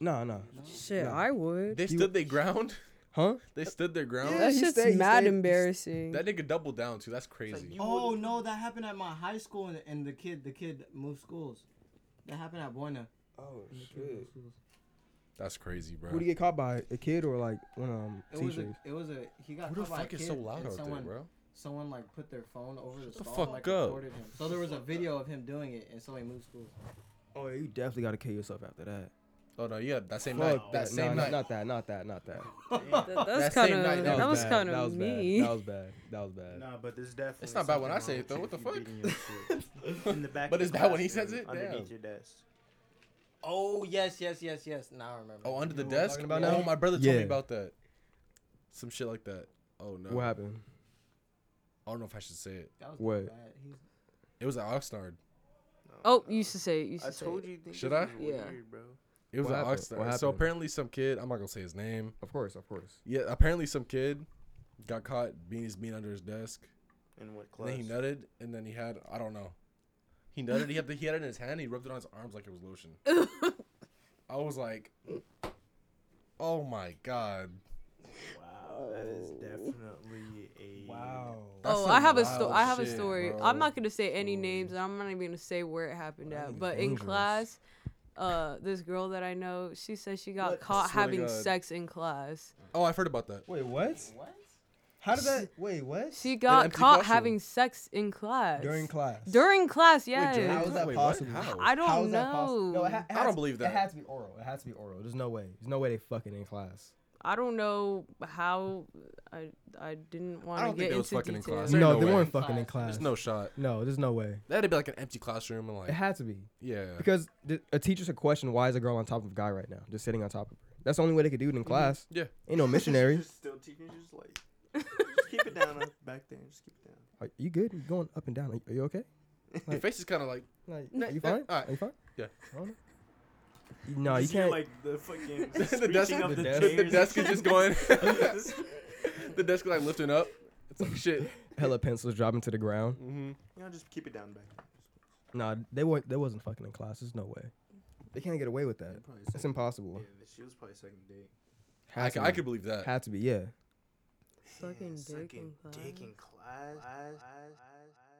Nah, nah. Shit, Nah. I would. They He- stood their ground. [LAUGHS] Huh? They stood their ground. Yeah, That's he just stayed- he Oh, mad stayed- embarrassing. That nigga doubled down too. That's crazy. Oh no, that happened at my high school, and, and the kid, the kid moved schools. That happened at Buena. Oh The kid moved schools. That's crazy, bro. Who did he get caught by? A kid or like one um It was teacher? a, it was a, he got Who the caught by a fuck is kid, so loud and out there, someone, bro? Someone like put their phone over the the stall fuck and like up. recorded him. So there was a video of him doing it, and so he moved schools. Oh, yeah, you definitely gotta kill yourself after that. Oh no, yeah, that same night. Fuck That no, same no, night. Not that. Not that. Not [LAUGHS] that. That, That that's same kind of night, that that, was was bad. kind That of was bad. me. That was bad. That was bad. Nah, but there's definitely. It's not bad when I something say it, though. wrong What with the you if you beating your shit [LAUGHS] In the back. But of is the that when he classroom, says it? Underneath Damn. your desk. Oh yes, yes, yes, yes. Now I remember. Oh, under the You know what I'm desk. talking about oh, now? my brother told me Yeah. about that. Some shit like that. Oh no. What happened? I don't know if I should say it. That was What? bad. He's- It was at Oxnard. [LAUGHS] Oh, you used to say it. You used I to say told it. you. things Should was I? Yeah. Weird, bro. It was What at happened? What Oxnard. So happened? apparently, some kid. I'm not gonna say his name. Of course, of course. Yeah, apparently some kid got caught being his meat under his desk. In what And class? then he nutted, and then he had I don't know. He nutted. he had the, he had it in his hand. And he rubbed it on his arms like it was [LAUGHS] lotion. I was like, oh my god. Wow, that is definitely a. That's oh, some I have a wild story. I have a shit, story. bro. I'm not gonna say any names, and I'm not even gonna say where it happened at. But in dangerous. class, uh, this girl that I know, she said she got caught Swear to having God. sex in class. Oh, I've heard about that. Wait, what? What? How did [LAUGHS] that? Wait, what? She got empty caught classroom. having sex in class During class. During class, Wait, yes. Jordan, How is that wait, what? possible? How? I don't How is know. that possible? No, it ha- it I has don't to- believe It that. has to be oral. It has to be oral. There's no way. There's no way they fucking in class. I don't know how. I I didn't I want don't to think get they was into fucking in detail. class. There ain't no, no they way. weren't fucking in Class. class. There's no shot. No, there's no way. That'd be like an empty classroom and It like had to be yeah. because th- a teacher should question why is a girl on top of a guy right now, just sitting on top of her. That's the only way they could do it in class. Mm-hmm. Yeah. Ain't no missionary. [LAUGHS] Still teaching, just like. Just [LAUGHS] keep it down up back there. Just keep it down. Are you good? You going up and down? Are you, are you okay? Your face is kind of like [LAUGHS] Like, Nah, you nah, fine? alright. Are you fine? Yeah. I don't know. No, you Just hear, can't. Like [LAUGHS] the fucking. the desk. screeching of The, the, desk, the chairs. desk is [LAUGHS] just going. [LAUGHS] the desk is like lifting up. It's like shit. hella pencils dropping to the ground. Mm-hmm. You know, just keep it down back. Nah, they weren't. They wasn't fucking in class. There's no way. They can't get away with that. They probably [LAUGHS] It's said- impossible. Yeah, she was probably second date. I, Had to c- I be. could believe that. Had to be. Yeah. Sucking dick Sucking in class. dick in class. Class, class, class, class.